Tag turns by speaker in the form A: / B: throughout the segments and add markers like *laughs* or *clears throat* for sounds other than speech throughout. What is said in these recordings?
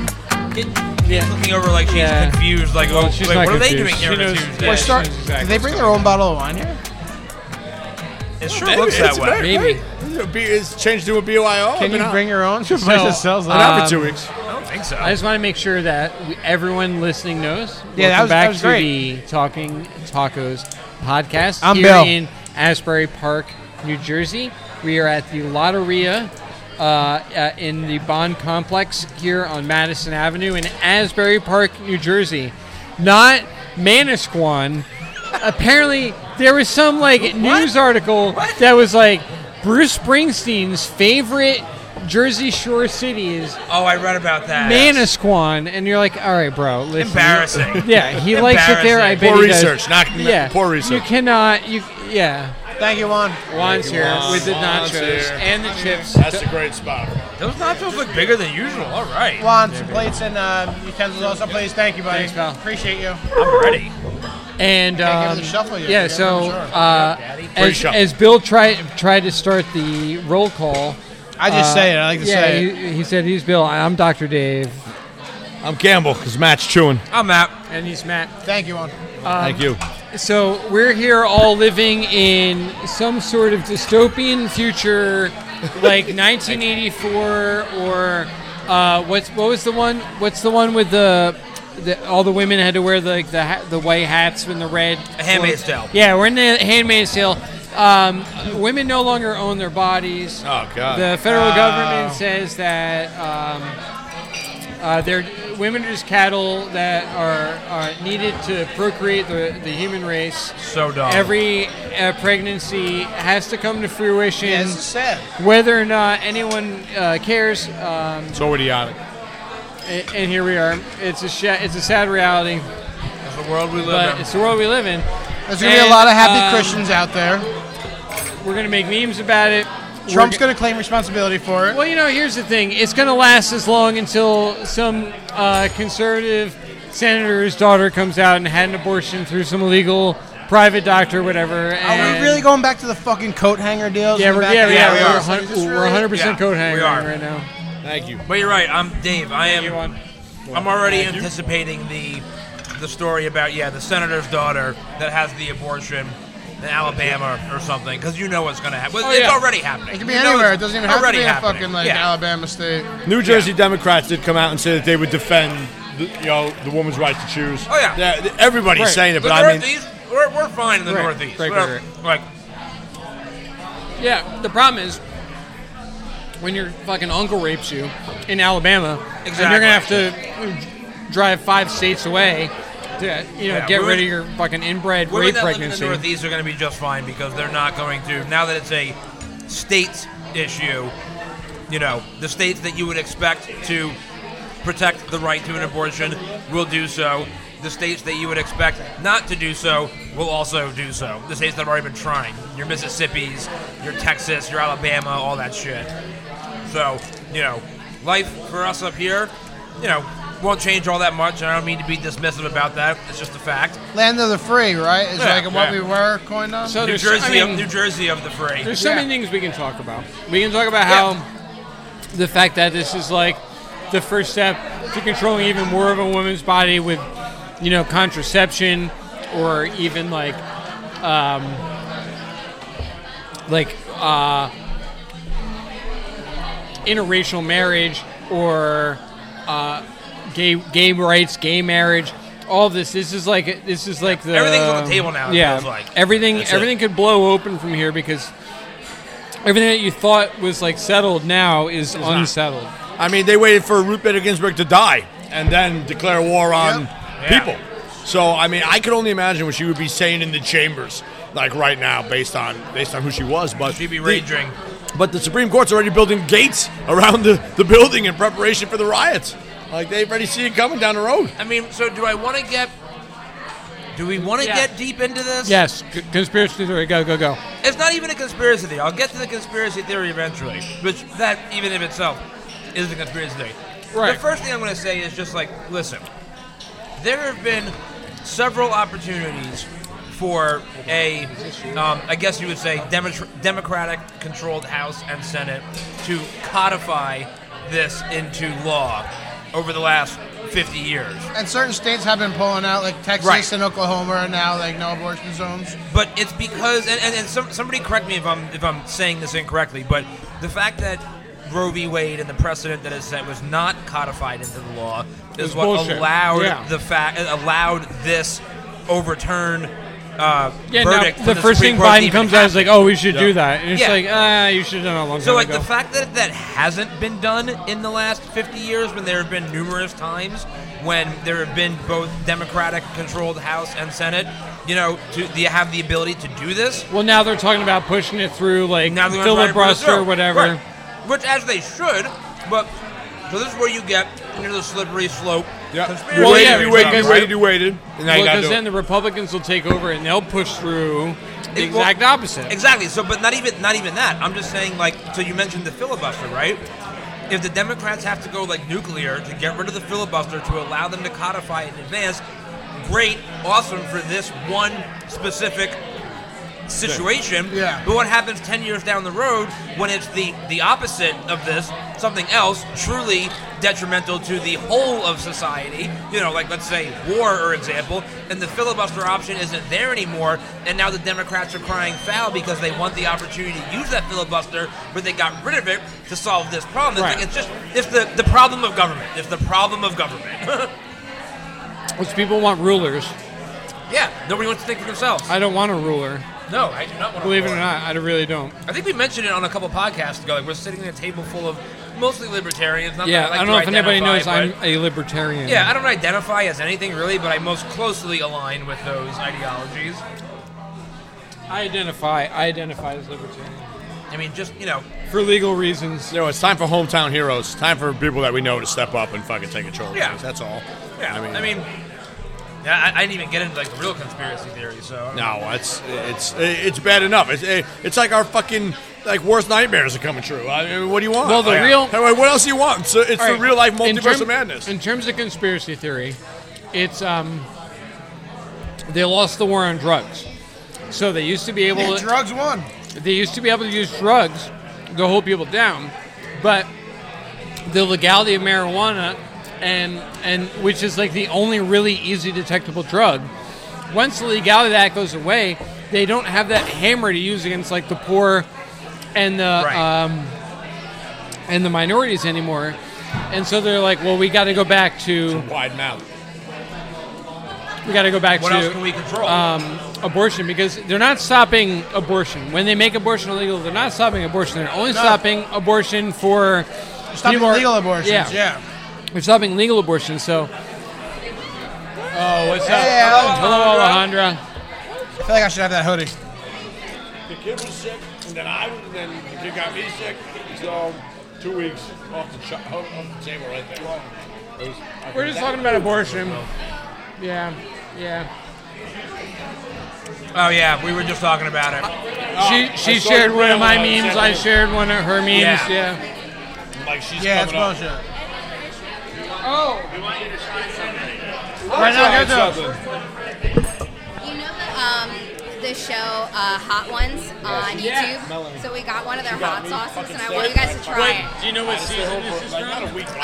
A: looking,
B: Yeah.
A: looking over like she's
B: Yeah.
A: confused. Like,
B: Well,
A: oh,
B: she's
A: wait,
B: not
A: what are they doing
B: confused.
A: here?
B: She
A: on a
B: knows-
A: Tuesday?
B: yeah,
C: Well, start,
B: she knows exactly
C: do they
B: what's
C: bring
B: going
C: their own bottle of wine here?
A: It sure looks
D: It's
A: that way.
D: better.
B: Maybe.
D: Hey, It's changed to a BYO. I
C: Can
D: mean,
C: you
D: I-
C: bring your own?
B: Somebody *laughs* just sells
D: Been
B: that.
D: out for
B: Um,
D: two weeks.
A: I don't think so.
B: I just want to make sure that we, everyone listening knows.
C: Yeah, that
B: Welcome
C: was- that
B: back
C: was
B: to
C: great.
B: the Talking Tacos podcast
C: I'm
B: here
C: Bill.
B: in Asbury Park, New Jersey. We are at the Lotteria uh, uh, in the Bond Complex here on Madison Avenue in Asbury Park, New Jersey. Not
C: *laughs*
B: Manasquan. Apparently, there was some like news article that was like Bruce Springsteen's favorite Jersey Shore cities
A: oh, I read about that.
B: Manasquan, and you're like, all right, bro. Listen,
A: embarrassing.
B: *laughs* Yeah, he likes it there. I
A: Embarrassing.
B: bet
D: Poor
B: he does.
D: research, not
B: Yeah,
D: poor
B: You
D: research.
B: cannot. You yeah.
C: Thank you, Juan.
B: Juan's here
D: Juan.
B: with the
D: Juan's
B: nachos
D: here.
B: and the chips.
D: That's a great spot.
A: Those nachos look bigger than usual. All right,
C: Juan, some plates and uh, utensils also, please. Thank you, buddy.
B: Thanks, pal.
C: Appreciate you.
A: I'm ready.
B: And
C: Can't
B: um,
C: give it a shuffle yet,
B: yeah,
C: you
B: so
C: gotta
B: uh,
C: make sure.
D: Free
B: as,
D: shuffle.
B: as Bill tried tried to start the roll call,
C: I
B: Uh,
C: just say it. I like to
B: yeah,
C: say it.
B: he, he said he's Bill. I'm Dr. Dave,
D: I'm Campbell because Matt's chewing.
A: I'm out.
B: and he's Matt.
C: Thank you, Juan.
D: Thank you.
B: So we're here all living in some sort of dystopian future, like
A: *laughs*
B: 1984 or uh, what's what was the one? What's the one with the, the all the women had to wear the like the ha- the white hats and the red?
A: A Handmaid's Tale.
B: Yeah, we're in the Handmaid's Tale. Um, women no longer own their bodies.
D: Oh, God.
B: The federal government says that um, uh, they're women are just cattle that are, are needed to procreate the, the human race.
A: So dumb.
B: Every uh, pregnancy has to come to fruition,
C: Yeah, this is sad.
B: whether or not anyone uh, cares. Um,
D: So idiotic.
B: a- and here we are. It's a sha it's a sad reality,
A: That's the world we live
B: but
A: in.
B: it's the world we live in.
C: There's going to be a
B: And,
C: lot of happy
B: um,
C: Christians out there.
B: We're gonna make memes about it. We're
C: Trump's
B: go-
C: going to claim responsibility for it.
B: Well, you know, here's the thing. It's going to last as long until some uh, conservative senator's daughter comes out and had an abortion through some illegal private doctor, whatever.
C: Are
B: And
C: we really going back to the fucking coat hanger deals?
B: Yeah,
C: in the
B: we're,
C: back
B: yeah,
C: of the
B: yeah,
C: alley?
B: we're,
C: It's like,
B: hun-
C: is this
B: we're
C: really-
B: 100%
A: Yeah,
B: coat
A: we
B: hanging
A: are.
B: right now.
D: Thank you.
A: But you're right. I'm Dave. I am.
B: Anyone?
A: I'm already anticipating the the story about yeah the senator's daughter that has the abortion in Alabama or something because you know what's going to happen.
B: Oh,
A: it's
B: yeah.
A: already happening.
C: It can be
A: You know
C: anywhere. It
A: it's
C: doesn't even have to
A: already
C: be in
A: happening.
C: fucking like
A: yeah.
C: Alabama State.
D: New Jersey Democrats did come out and say that they would defend, the, you know, the woman's right to choose.
A: Oh, yeah.
D: everybody's
B: Right.
D: saying it,
A: The
D: but I mean,
A: Northeast, we're, we're fine in the
B: Right,
A: Northeast.
B: right,
A: We're-
B: right,
A: Like
B: Yeah, the problem is when your fucking uncle rapes you in Alabama, and you're
A: Exactly.
B: going to have to drive five states away to you know,
A: Yeah,
B: get
A: women-
B: rid of your fucking inbred
A: women
B: rape
A: that live in the
B: pregnancy.
A: Northeast are going to be just fine because they're not going to now that it's a state issue. You know, the states that you would expect to protect the right to an abortion will do so. The states that you would expect not to do so will also do so. The states that have already been trying. Your Mississippi's, your Texas, your Alabama, all that shit. So, you know, life for us up here, you know, won't change all that much. And I don't mean to be dismissive about that. It's just a fact.
C: Land of the free, right? Is
A: Yeah,
C: like what
A: yeah.
C: we were coined on.
B: So
A: New
B: there's-
A: Jersey,
B: I
A: of,
B: mean-
A: New Jersey of the free.
B: There's so
C: Yeah.
B: many things we can talk about. We can talk about how the fact that this is like the first step to controlling even more of a woman's body with, you know, contraception or even like, um, like uh, interracial marriage or uh, gay gay rights, gay marriage. All this, this is like this is like the
A: Everything's on the table now, it
B: Yeah,
A: feels like.
B: everything
A: That's it.
B: everything could blow open from here because everything that you thought was like settled now is unsettled.
D: I mean, they waited for Ruth Bader Ginsburg to die and then declare war on
A: Yeah.
D: people. So I mean, I could only imagine what she would be saying in the chambers, like right now, based on based on who she was. But
A: She'd be
D: the-
A: raging.
D: But the Supreme Court's already building gates around the, the building in preparation for the riots. Like they already see it coming down the road.
A: I mean, so do I want to get? Do we want to
B: Yeah.
A: get deep into this?
B: Yes, c- conspiracy theory. Go go go.
A: It's not even a conspiracy theory. I'll get to the conspiracy theory eventually, which that even in itself is a conspiracy theory.
B: Right.
A: The first thing I'm going to say is just like, listen, there have been several opportunities for a, um, I guess you would say, demotr- Democratic-controlled House and Senate to codify this into law. over the last 50 years.
C: And certain states have been pulling out, like Texas
A: Right.
C: and Oklahoma are now like no abortion zones.
A: But it's because, and, and, and some, somebody correct me if I'm if I'm saying this incorrectly, but the fact that Roe v. Wade and the precedent that is set was not codified into the law is
B: It's
A: what
B: bullshit.
A: allowed
B: Yeah.
A: the fact allowed this overturn uh,
B: Yeah, now,
A: verdict. from
B: the, first
A: Supreme
B: thing
A: Court to
B: Biden
A: even
B: comes out is like,
A: happen.
B: oh, we should do that. And it's
A: Yeah.
B: like, ah, you should have done it a long time
A: So, like,
B: ago.
A: the fact that that hasn't been done in the last 50 years, when there have been numerous times when there have been both Democratic controlled House and Senate, you know, to do you have the ability to do this?
B: well, now they're talking about pushing it through, like
A: Now they're gonna try to put it
B: filibuster or
A: through.
B: whatever.
A: Right. Which, as they should, but so this is where you get into the slippery slope.
D: You
A: conspiracy
B: Well,
D: waited,
B: yeah,
A: theory
D: you waited,
A: stuff,
D: you
A: right?
D: waited, you waited, and now you
B: Well,
D: got to
B: because
D: do
B: then
D: it.
B: the Republicans will take over and they'll push through the
A: It- well,
B: exact opposite.
A: Exactly. So, but not even not even that. I'm just saying, like, so you mentioned the filibuster, right? If the Democrats have to go like nuclear to get rid of the filibuster to allow them to codify it in advance, great, awesome for this one specific situation.
C: Yeah.
A: But what happens ten years down the road when it's the the opposite of this, something else truly detrimental to the whole of society? You know, like let's say war, or example, and the filibuster option isn't there anymore, and now the Democrats are crying foul because they want the opportunity to use that filibuster, but they got rid of it to solve this problem. It's,
B: Right.
A: like, it's just it's the the problem of government. It's the problem of government. *laughs*
B: Which people want rulers.
A: yeah, nobody wants to think for themselves.
B: I don't want a ruler.
A: no, I do not want. to
B: Believe it
A: war.
B: or not, I really don't.
A: I think we mentioned it on a couple podcasts ago. Like we're sitting at a table fuul of mostly libertarians. Not
B: Yeah,
A: that I, like
B: I don't know
A: to
B: if anybody knows
A: identify,
B: I'm
A: but-
B: a libertarian.
A: Yeah, I don't identify as anything really, but I most closely align with those ideologies.
B: I identify. I identify as libertarian
A: I mean, just you know,
B: for legal reasons.
D: You know, it's time for hometown heroes. Time for people that we know to step up and fucking take control. of
A: Yeah.
D: things. that's all.
A: yeah. I mean, I yeah, I, I didn't even get into like the real conspiracy theory. So I mean,
D: no, it's it's it's bad enough. It's it's like our fucking like worst nightmares are coming true. I mean, what do you want?
B: Well, the
D: Like,
B: real-
D: hey, what else do you want? It's, it's the
B: All right,
D: real life
B: in
D: multiverse
B: term-
D: of madness.
B: In terms of conspiracy theory, it's um, they lost the war on drugs, so they used to be able
C: Yeah,
B: to
C: drugs won.
B: they used to be able to use drugs to hold people down, but the legality of marijuana and and which is like the only really easy detectable drug. Once the legality of that goes away, they don't have that hammer to use against like the poor and the
A: Right.
B: um, and the minorities anymore. And so they're like, well, we got to go back to
D: Wide mouth.
B: we got to go back
A: what
B: to
A: else can we control?
B: uh, abortion because they're not stopping abortion. When they make abortion illegal, they're not stopping abortion. They're only stopping abortion for
C: Stopping
B: people are-
C: legal abortions. Yeah.
B: They're stopping legal abortion. So. Oh, what's up?
C: Hey, Al.
B: Hello, Alejandra.
C: I feel like I should have that hoodie.
D: The kid was sick, and then I was, and then the kid got me sick. So two weeks off the, ch- off the table right there. It was- I
B: We're just talking about abortion. Yeah, yeah.
A: oh yeah, we were just talking about it.
B: She
D: I
B: she
D: saw
B: shared
D: your
B: one of my
D: grandma
B: memes.
D: said
B: I
D: that.
B: shared one of her memes.
A: Yeah.
B: Yeah.
D: Like she's
C: Yeah, it's
D: coming up.
C: bullshit.
B: Oh.
C: Right now, here's a-
E: You know the, um, the show uh, Hot Ones on
B: Yeah.
E: YouTube?
B: Melanie.
E: So we got one of their
D: got
E: hot
D: me
E: sauces,
D: fucking
E: and I
D: sick.
E: want you guys to try it.
B: do you know what season
D: Like,
B: this is
D: not
B: from?
D: a week.
E: Um,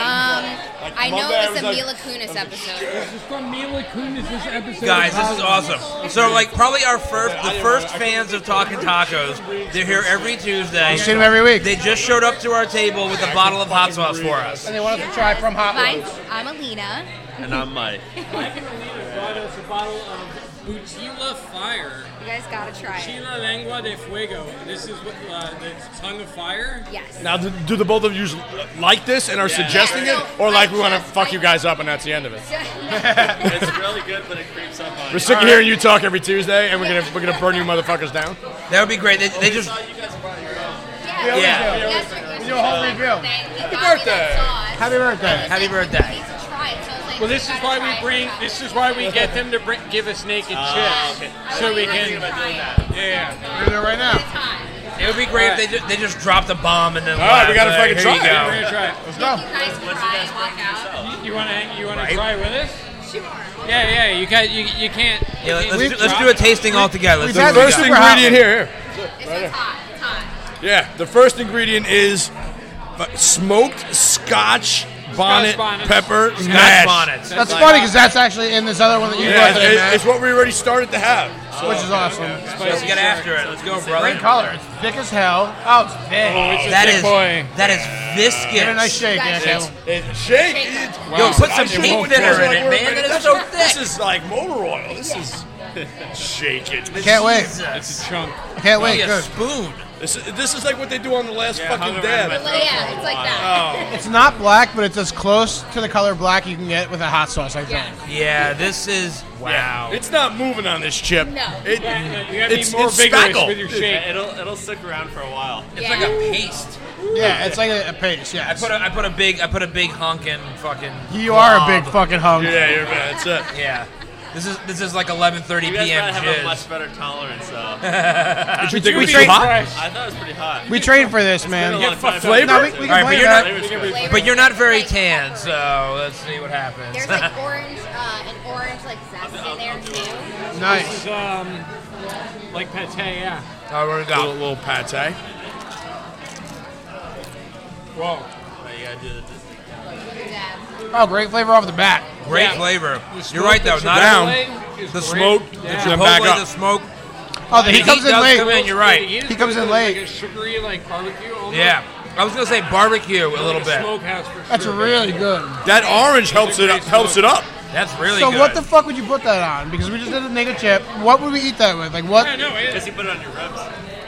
E: I know
D: Monday,
E: it was
D: I
E: a
D: was
E: Mila
D: like-
E: Kunis episode.
B: This is from Mila Kunis' episode.
A: Guys,
B: of
A: this is
B: Hollywood.
A: awesome. So, like, probably our first, the first fans of Talking Tacos. They're here every Tuesday.
C: You see them every week.
A: They just showed up to our table with a bottle of hot sauce for us.
C: And they want us to try from Hot
E: Mine,
C: Ones.
E: I'm Alina.
F: and I'm Mike.
B: brought us a bottle of Butila Fire,
E: You guys gotta try it.
B: Chila Lengua de Fuego. And this is what uh, the tongue of fire.
E: Yes. *laughs*
D: Now, do, do the both of you like this and are suggesting
E: Yeah.
D: it, or like we want to
E: Yeah.
D: fuck you guys up and that's the end of it?
F: It's really good,
E: *laughs*
F: but it creeps up on
D: We're
F: you.
D: sick of hearing you talk every Tuesday, and we're gonna we're gonna burn you motherfuckers down.
A: That would be great. They, they just
E: yeah.
A: Yeah.
C: We do a whole review.
E: Happy
D: birthday.
C: Happy birthday.
A: Happy birthday.
B: Well, this is why we bring. This is why we get them to bring, give us naked
A: Ah,
B: chicks, so we can. Yeah.
C: We're there right now.
A: it would be great if they just, they just dropped a bomb and then.
D: All right,
A: laughed,
D: we gotta
A: like,
D: fucking
A: "Here you
D: try it."
A: go."
B: We're gonna try. it.
C: Let's go.
E: You guys cry, walk out.
B: You- You want to? You want
A: Right.
B: to try with us?
E: Sure.
B: Yeah, yeah. You got. You, you can't.
A: Yeah,
B: you
A: let-
B: can't-
A: let's, do, let's do a tasting all together. Let's
C: we've
A: see what
C: had
A: we
D: First
C: Super
A: got.
D: ingredient
C: hot.
D: here,
E: This one's hot. It's hot.
D: here. Yeah, the first ingredient is fu- smoked uh, Scotch
A: bonnet,
B: bonnets.
A: pepper, smash.
F: bonnets.
C: That's funny because that's actually in this other one that you
D: Yeah,
C: brought
D: it's,
C: today,
D: it's-
C: Matt,
D: it's what we already started to have.
C: which is awesome.
A: Let's get after it. Let's go, brother.
C: Great color. It's thick as hell. Oh, it's thick.
A: That is
B: boy.
A: that is viscous.
C: Give it a nice shake, yeah,
E: Guys,
C: Caleb.
D: It's shake. It's,
A: Yo, put some
D: Gosh, it
A: paint
D: won't
A: thinner
D: burn.
A: in it, man. That is so
D: This
A: thick.
D: is like motor oil. This is shake it.
C: Can't wait.
A: Jesus.
B: It's a chunk.
C: Can't wait.
A: Like a
C: Good.
A: spoon.
D: This is, this is like what they do on the last fucking
F: hung around
D: dab. Oh,
F: with-
E: Well, yeah, it's like that.
C: It's not black, but it's as close to the color black you can get with a hot sauce, I think.
E: Yeah.
A: Yeah, this is wow.
D: It's not moving on this chip.
E: No.
D: It,
B: You gotta
D: It's-
B: be more
D: it's
B: vigorous
D: spackle.
B: with your shake.
F: Yeah, it'll it'll stick around for a while.
A: It's like a paste.
C: Yeah, it's like a, a paste. Yeah.
A: I put a, I put a big I put a big hunk in fucking.
C: you are a
A: glob.
C: big fucking hunk.
D: yeah, you're bad. uh, That's it.
A: Yeah. This is this is like 11:30
F: You guys
A: p.m.
F: might have a
A: jizz.
F: much better
D: *laughs*
F: tolerance though.
D: Did you think it was
C: trained-
D: too hot?
F: I thought it was pretty hot.
C: We trained for this, man.
F: been a long time.
D: flavor?
C: No, we, we
A: All
C: can
A: right, but
C: play
A: you're
C: that.
A: not-
F: Flavor's good.
E: Flavor-
A: But you're not very
E: like,
A: tan,
E: pepper.
A: so let's see what happens.
E: There's like orange, uh, an orange like zest in there too.
C: Nice.
B: Um, like pate, yeah.
A: oh, *laughs* we're
D: A little,
A: going.
D: little pate.
B: Whoa.
F: But you gotta do the-
E: Yeah.
C: Oh, great flavor off the bat.
A: Great
B: Yeah.
A: flavor. You're right though. Not
D: Down.
A: the smoke,
D: Yeah.
A: the
D: Then back
A: Chipotle,
D: up.
A: the smoke.
C: Oh, the, he
A: Heat
C: comes in
A: does
C: late.
A: come in, you're right.
C: He comes in late.
B: Like a sugary, like barbecue. Almost.
A: Yeah. I was gonna say barbecue a
B: Like
A: little bit.
B: Smokehouse for
C: That's
B: sure.
C: really good.
D: That orange helps it up. Helps it up.
A: That's really
C: so
A: good.
C: what the fuck would you put that on? Because we just did a nigga chip. What would we eat that with? Like what?
B: Yeah, no, it,
F: Just you put it on your ribs.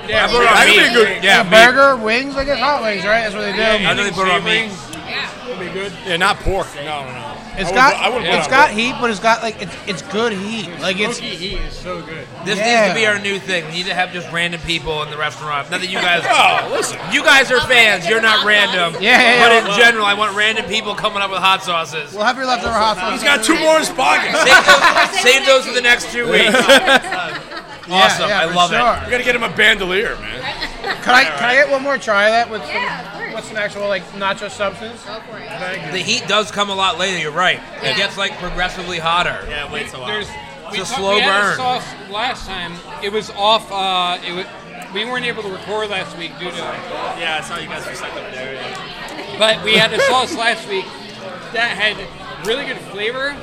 A: yeah, I put it
D: I
A: on
D: think
A: meat.
D: it'd be good.
A: Yeah, meat.
C: burger, wings, I guess hot wings, right? That's what they do.
A: I think they put it on meat.
B: it'll be good.
D: Yeah, not pork. No, no, no.
C: It's
D: I
C: got
D: wouldn't- I wouldn't
C: it's
D: put
C: got heat, but it's got like it's it's good heat. Like it's
B: Smoky heat is so good.
A: This needs
C: Yeah.
A: to be our new thing. We need to have just random people in the restaurant. Not that you guys.
D: *laughs* Oh, listen.
A: You guys are
E: I'll
A: fans.
E: make
A: You're
E: it
A: not
E: hot
A: random.
E: sauce.
C: Yeah, yeah,
A: But
C: yeah.
A: in general, I want random people coming up with hot sauces.
C: we'll have your leftover hot sauce.
D: He's got two more in his pocket. We
A: Save those, save those for the next two
C: *laughs*
A: weeks. Awesome. I love it.
D: gotta get him a bandolier, man.
C: Can I can I get one more try of that with some,
E: Yeah, of course.
C: with some actual like nacho substance?
E: Go for it.
A: The heat does come a lot later. You're right. It
E: Yeah.
A: gets like progressively hotter.
F: Yeah, it waits a while.
B: There's we
A: a
B: talked-
A: slow
B: we had
A: burn.
B: a sauce last time. It was off. Uh, it was, we weren't able to record last week due to.
F: Yeah, I saw you guys were stuck up there. Yeah.
B: But we had a sauce last week that had really good flavor,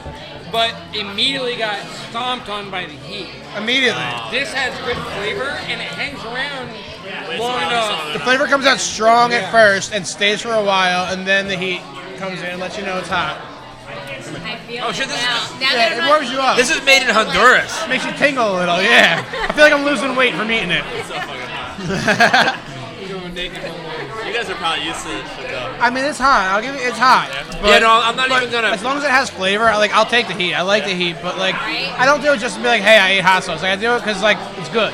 B: but immediately got stomped on by the heat.
C: Immediately,
B: This has good flavor and it hangs around
F: Waits
B: long
F: a while, it's on
B: enough.
F: and
C: the
F: on.
C: flavor comes out strong
B: Yeah.
C: at first and stays for a while, and then the heat comes in and lets you know it's hot.
E: I feel
A: Oh,
E: it
A: shit, this
E: now.
A: is-
E: Now that
C: Yeah,
E: I'm
C: it warms you up.
A: This is made in Honduras.
C: Makes you tingle a little. Yeah,
E: *laughs*
C: I feel like I'm losing weight from eating it.
F: It's so fucking hot.
B: Going naked all the way.
F: You guys are probably used to this shit though.
C: *laughs* I mean, it's hot. I'll give you. It's hot. But
A: Yeah, no, I'm not even gonna.
C: As long as it has flavor, I, like I'll take the heat. I like the heat, but like
E: Right.
C: I don't do it just to be like, hey, I ate hot sauce. Like I do it because like it's good.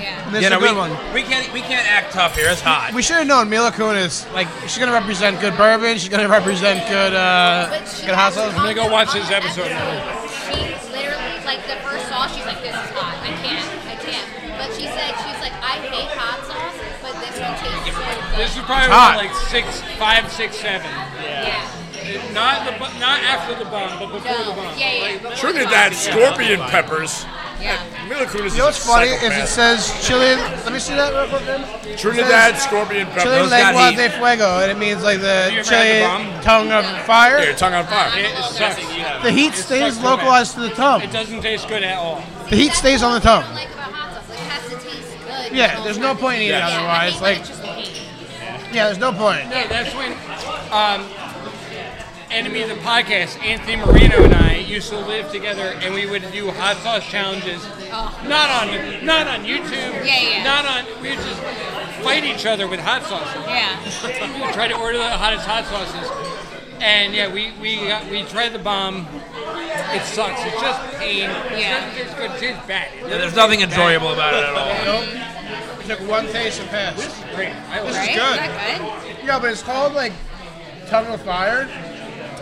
E: Yeah.
C: And this
A: Yeah,
C: is
A: no,
C: a good
A: we,
C: one.
A: we can't we can't act tough here. It's hot.
C: We should have known Mila Kunis. Like she's gonna represent good bourbon. She's gonna represent good uh,
E: But she
C: good hot
E: has
C: sauce.
E: all
B: gonna go
E: the
B: watch
E: hot
B: this episode.
E: She literally, like the first sauce, she's like, "This is hot. I can't. I can't." But she said, "She's like, I hate hot sauce, but this one tastes so good."
B: This is probably
C: hot.
B: like six, five, six, seven.
E: Yeah.
B: It- Not the bu- not after the bomb, but before the
E: No.
B: bomb.
E: Yeah, yeah. before the
D: Trinidad
E: sauce.
D: scorpion peppers.
E: Yeah.
D: Mila Kunis is
C: You know what's funny
D: a
C: is it says chili. Let me see that real quick. man.
D: psychopath. Trinidad
C: it
D: scorpion
C: Chili
A: Those
D: peppers.
A: got
C: lengua
A: heat.
C: de fuego, and it means like
B: you
C: the
B: ever had
C: chili
B: the bomb?
C: tongue of
D: Yeah, your
C: fire.
D: tongue on fire.
B: It sucks.
F: You have
C: The heat
B: It's
C: stays
B: stuck to my-
C: localized to the tongue.
B: It doesn't taste good at all.
C: The heat stays on the
E: I don't
C: tongue.
E: like about hot sauce. Like, it has to taste good.
C: Yeah, there's no point in eating
E: Yeah, I
C: otherwise.
E: hate when
C: Like
E: it's just the heat.
C: yeah, there's no point.
B: No, that's when um, enemy of the podcast, Anthony Marino and I used to live together, and we would do hot sauce challenges. Not on, not on YouTube.
E: Oh. Yeah, yeah.
B: Not on. We would just fight each other with hot sauces.
E: yeah.
B: We would try to order the hottest hot sauces, and yeah, we we got, we tried the bomb. It sucks. It's just pain.
E: Yeah.
B: It doesn't taste good. It tastes bad. It
A: Yeah,
B: doesn't
A: there's nothing
B: taste bad.
A: enjoyable about it at all.
C: We took one taste and passed.
B: Great. I love
C: This
E: Right?
C: is
E: Is
C: good.
E: that good?
C: Yeah, but it's called like tongue of fire,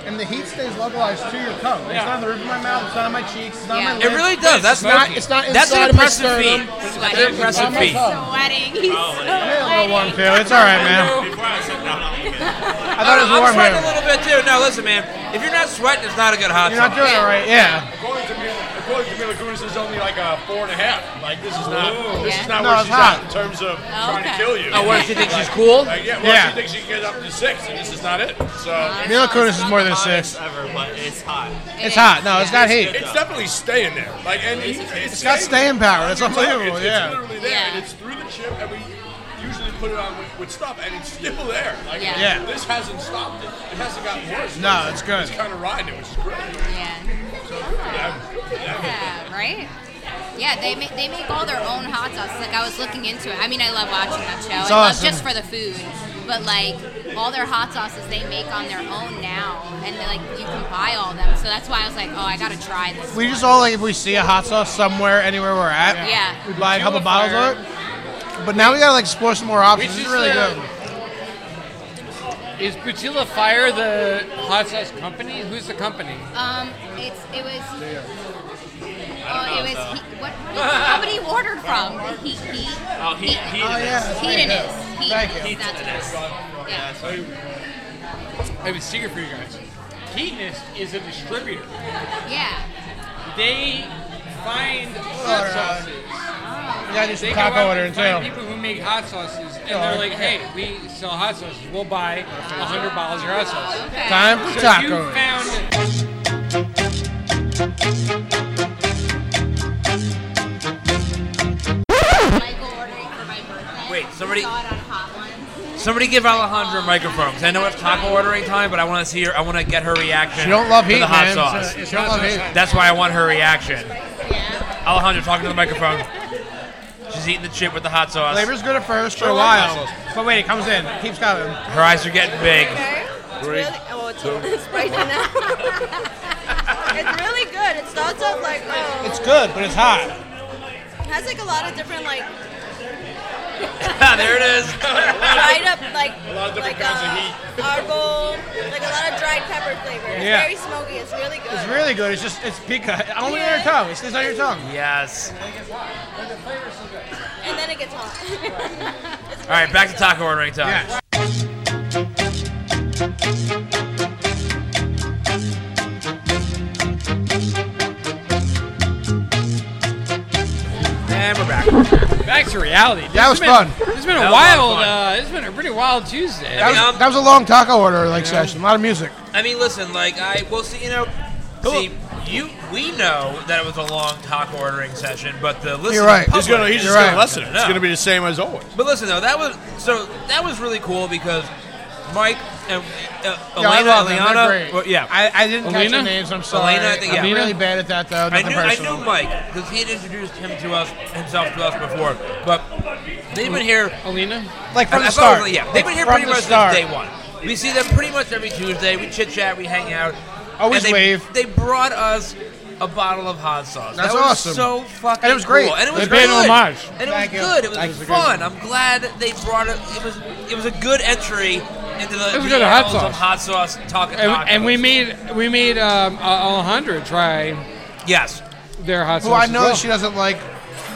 C: and the heat stays localized to your tongue. It's
B: Yeah.
C: not on the roof of my mouth. It's not on my cheeks. It's not on
E: Yeah.
C: my
E: It
A: It
C: lips.
A: really does. That's
C: It's not.
A: smoky.
C: It's not
A: That's an
C: inside
A: impressive
C: of my
A: feet.
C: sternum.
A: That's an impressive
C: It's
A: feet.
C: on my tongue.
E: Sweating. He's
C: Yeah, a little warm
E: so
C: too. It's all right, man.
F: Before I sit down, I'll eat it.
C: I thought it was
A: I'm
C: warm
A: sweating a
C: here.
A: little bit too. No, listen, man. If you're not sweating, it's not a good hot
C: You're not
A: sauce.
C: doing it right. Yeah.
D: According to Mila, according to Mila Kunis, is only like a four and a half. Like this is not, this
E: Yeah.
D: is not
C: No,
D: where
C: it's
D: she's
C: hot.
D: at in terms of trying to
E: okay.
D: kill you.
A: Oh, what, she thinks she's cool?
D: Like, yeah, well,
C: Yeah.
D: she thinks she can get up to six, and this is not it. So
C: Mila Kunis is more than
F: Hottest
C: six.
F: ever, but it's hot.
C: It's hot. No, it's not heat.
D: it's definitely staying there. Like, and it- it's,
C: It's got staying power. It's
D: It's,
C: unbelievable.
D: it's
C: Yeah.
D: literally there,
E: Yeah.
D: and it's through the chip, and we usually put it on with, with stuff, and it's still there. Like,
E: Yeah.
C: Yeah.
D: this hasn't stopped. It, it hasn't gotten worse.
C: No, it's good.
D: It's kind of riding it, which is great.
E: Yeah. Yeah, right? Yeah, they make they make all their own hot sauces. Like I was looking into it. I mean, I love watching that show.
C: It's
E: I love
C: awesome.
E: just for the food, but like all their hot sauces they make on their own now, and they, like you can buy all them. So that's why I was like, oh, I gotta try this.
C: We just all like if we see a hot sauce somewhere, anywhere we're at,
E: Yeah.
C: we buy a couple bottles of it. But now we gotta like explore some more options. This is really
B: uh,
C: good.
B: Is Butila Fire the hot sauce company? Who's the company?
E: Um, it's it was. Oh, it was he, what? What did he order from? He he.
F: Oh, he, he
C: Oh yeah. that's pretty good.
E: Hedonist.
C: Thank
E: Hedonist.
C: you.
E: That's what it is. Yeah.
B: I have a secret for you guys. Heatness is a distributor.
E: Yeah.
B: They find hot sauces.
C: We gotta do some
B: They go
C: taco
B: out and
C: ordering
B: find
C: too.
B: people who make hot sauces, and
C: Oh,
B: they're like, "Hey, we sell hot sauces. We'll buy a hundred bottles of your hot sauce."
E: Okay.
C: Time for
B: So you
C: tacos.
B: found
E: Michael ordering for my birthday.
A: Wait, somebody-
E: I saw it on Hot Ones.
A: Somebody give Alejandra a microphone. 'cause I know it's taco ordering time, but I want to see her. I want to get her reaction.
C: She don't love
A: to
C: heat,
A: the hot
C: man.
A: sauce.
C: She don't love heat.
A: That's why I want her reaction.
E: Yeah.
A: Alejandra talking to the microphone. She's eating the chip with the hot sauce.
C: Flavor's good at first for a while, but wait, it comes in, keeps coming.
A: Her eyes are getting big. *laughs*
G: Okay. It's really, oh, it's, *laughs* it's right
D: *laughs*
G: now. it's really good. It starts off like, oh,
C: It's good, but it's hot.
G: it has like a lot of different like
A: there it is.
G: dried up like
D: lot of different
G: like
D: kinds of
G: uh,
D: heat.
G: arbol, like a lot of dried pepper flavor. It's
C: Yeah.
G: very smoky. It's really good.
C: It's really good. It's just it's pica. Only on your tongue. It stays on your tongue.
A: Yes.
G: and then it gets hot. It's
A: All right,
G: really
A: back to
G: good.
A: taco ordering time.
C: Yes.
A: And we're back.
B: it. Back to reality. This
C: That was
B: has been-
C: fun.
B: This has been a
A: That was a lot of
B: wild.
A: fun.
B: Uh, this has been a pretty wild Tuesday.
C: That was, that was a long taco order like session. A lot of music.
A: I mean, listen, like I will see. You know, see, you we know that it was a long taco ordering session, but the listening
C: right. He's
A: public-
D: He's gonna, he's
C: You're
D: just gonna
C: right.
D: lessen it. It's
A: No.
D: gonna be the same as always.
A: But listen though, that was so that was really cool because Mike and uh,
C: Yeah, I
A: Elena,
C: love them. They're
A: Eliana-
C: great.
A: well, yeah.
C: I, I didn't catch
B: Elena?
C: their names. I'm sorry.
A: Elena, I think- yeah.
C: I'm really
B: Elena?
C: bad at that though.
A: I
C: Nothing
A: knew, I
C: personal.
A: knew Mike because he had introduced him to us himself to us before, but they've been here
B: Alina.
C: Like from
A: I-
C: the
A: I thought it
C: start.
A: was- yeah, they've been
C: Like,
A: here
C: from
A: pretty
C: the
A: much
C: start.
A: since day one. We see them pretty much every Tuesday. We chit chat, we hang out.
C: Always
A: and they,
C: wave.
A: They brought us a bottle of hot sauce.
C: That's
A: that was
C: awesome.
A: So fucking.
C: And it was great.
A: Cool. And it was
C: They paid
A: good.
C: homage.
A: And it
C: Thank
A: was
C: you.
A: good. It was
C: Thank you.
A: fun. I'm glad that they brought it. It was it was a good entry into the
B: It was
A: the
B: good hot
A: annals
B: sauce.
A: of hot sauce talking.
B: And, and we made we made um, uh, Alejandra try
A: yes.
B: their hot sauce.
C: Who I
B: as
C: know
B: well.
C: that she doesn't like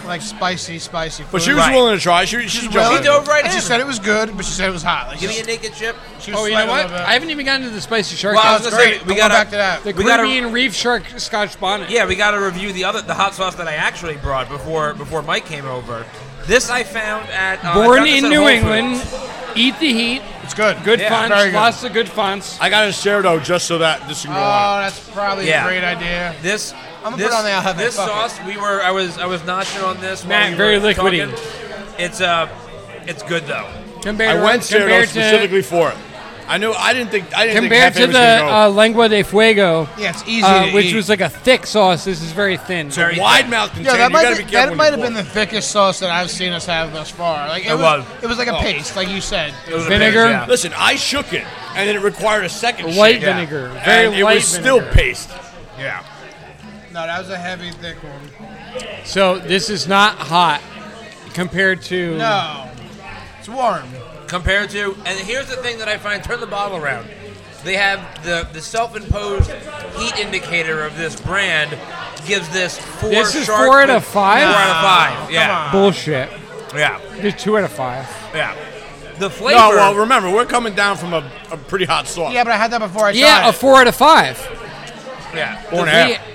C: like spicy, spicy food.
D: But she was
A: Right.
D: willing to try. She, she,
C: Well,
A: She
D: jumped in.
A: dove right
C: and She
A: in.
C: said it was good, but she said it was hot. Like
A: Give me
C: she,
A: a naked chip.
C: she was
B: Oh, you know
C: sweating a
B: what?
C: little bit.
B: I haven't even gotten to the spicy shark.
A: Well, I
B: sauce.
A: was gonna say
C: great.
A: we
C: We'll go
A: gotta
C: back to that.
B: the
A: we gotta-
B: Caribbean reef shark Scotch bonnet.
A: Yeah, we got to review the other the hot sauce that I actually brought before before Mike came over. This I found at uh, I
B: Born
A: found this
B: in
A: at
B: New
A: Whole
B: England,
A: Foods.
B: eat the heat.
C: It's good.
B: Good
A: Yeah,
B: fonts,
C: very good.
B: lots of good fonts.
D: I got a share though, just so that this can
C: Oh,
D: go on.
C: that's probably
A: Yeah.
C: a great idea.
A: This
C: gonna put
A: this,
C: it on the oven.
A: this
C: Fuck it.
A: sauce we were I was I was notching on this. while
B: Matt,
A: we
B: very
A: were
B: liquidy.
A: talking. It's uh, it's good though.
B: Compared
D: I
B: to-
D: went there though
B: compared to-
D: specifically for it. I knew I didn't think I didn't
B: Compared to
D: think Hefe
B: the
D: was gonna go.
B: uh, lengua de fuego,
C: Yeah, it's easy
B: uh,
C: to
B: which
C: eat.
B: was like a thick sauce, this is very thin.
A: Very thin.
D: wide mouth container.
C: yeah, that
D: you
C: might
D: gotta
C: be,
D: be careful
C: that might have
D: when
C: been
D: you
C: the thickest sauce that I've seen us have thus far. Like it,
A: It
C: was,
A: was.
C: it was like a
D: Oh.
C: paste, like you said.
A: It was a
B: Vinegar?
A: paste,
D: pour
A: yeah.
D: it. Listen, I shook it, and then it required a second
B: Light
D: shake.
A: Yeah.
B: vinegar, very
D: and it
B: light
D: was
B: vinegar.
D: still paste.
A: Yeah.
C: No, that was a heavy, thick one.
B: So this is not hot compared to.
C: No, it's warm.
A: Compared to and here's the thing that I find. Turn the bottle around. They have the the self imposed heat indicator of this brand gives this four.
B: This is
A: sharp
B: four out
A: with-
B: of five?
A: Four out of
C: Oh,
A: five. Yeah.
C: Come on.
B: Bullshit.
A: Yeah.
B: There's two out of five.
A: Yeah. the flavor.
D: No, well, remember, we're coming down from a, a pretty hot sauce.
C: Yeah, but I had that before I tried
B: Yeah, a
C: it.
B: four out of five.
A: yeah.
D: Four and a
B: The-
D: half.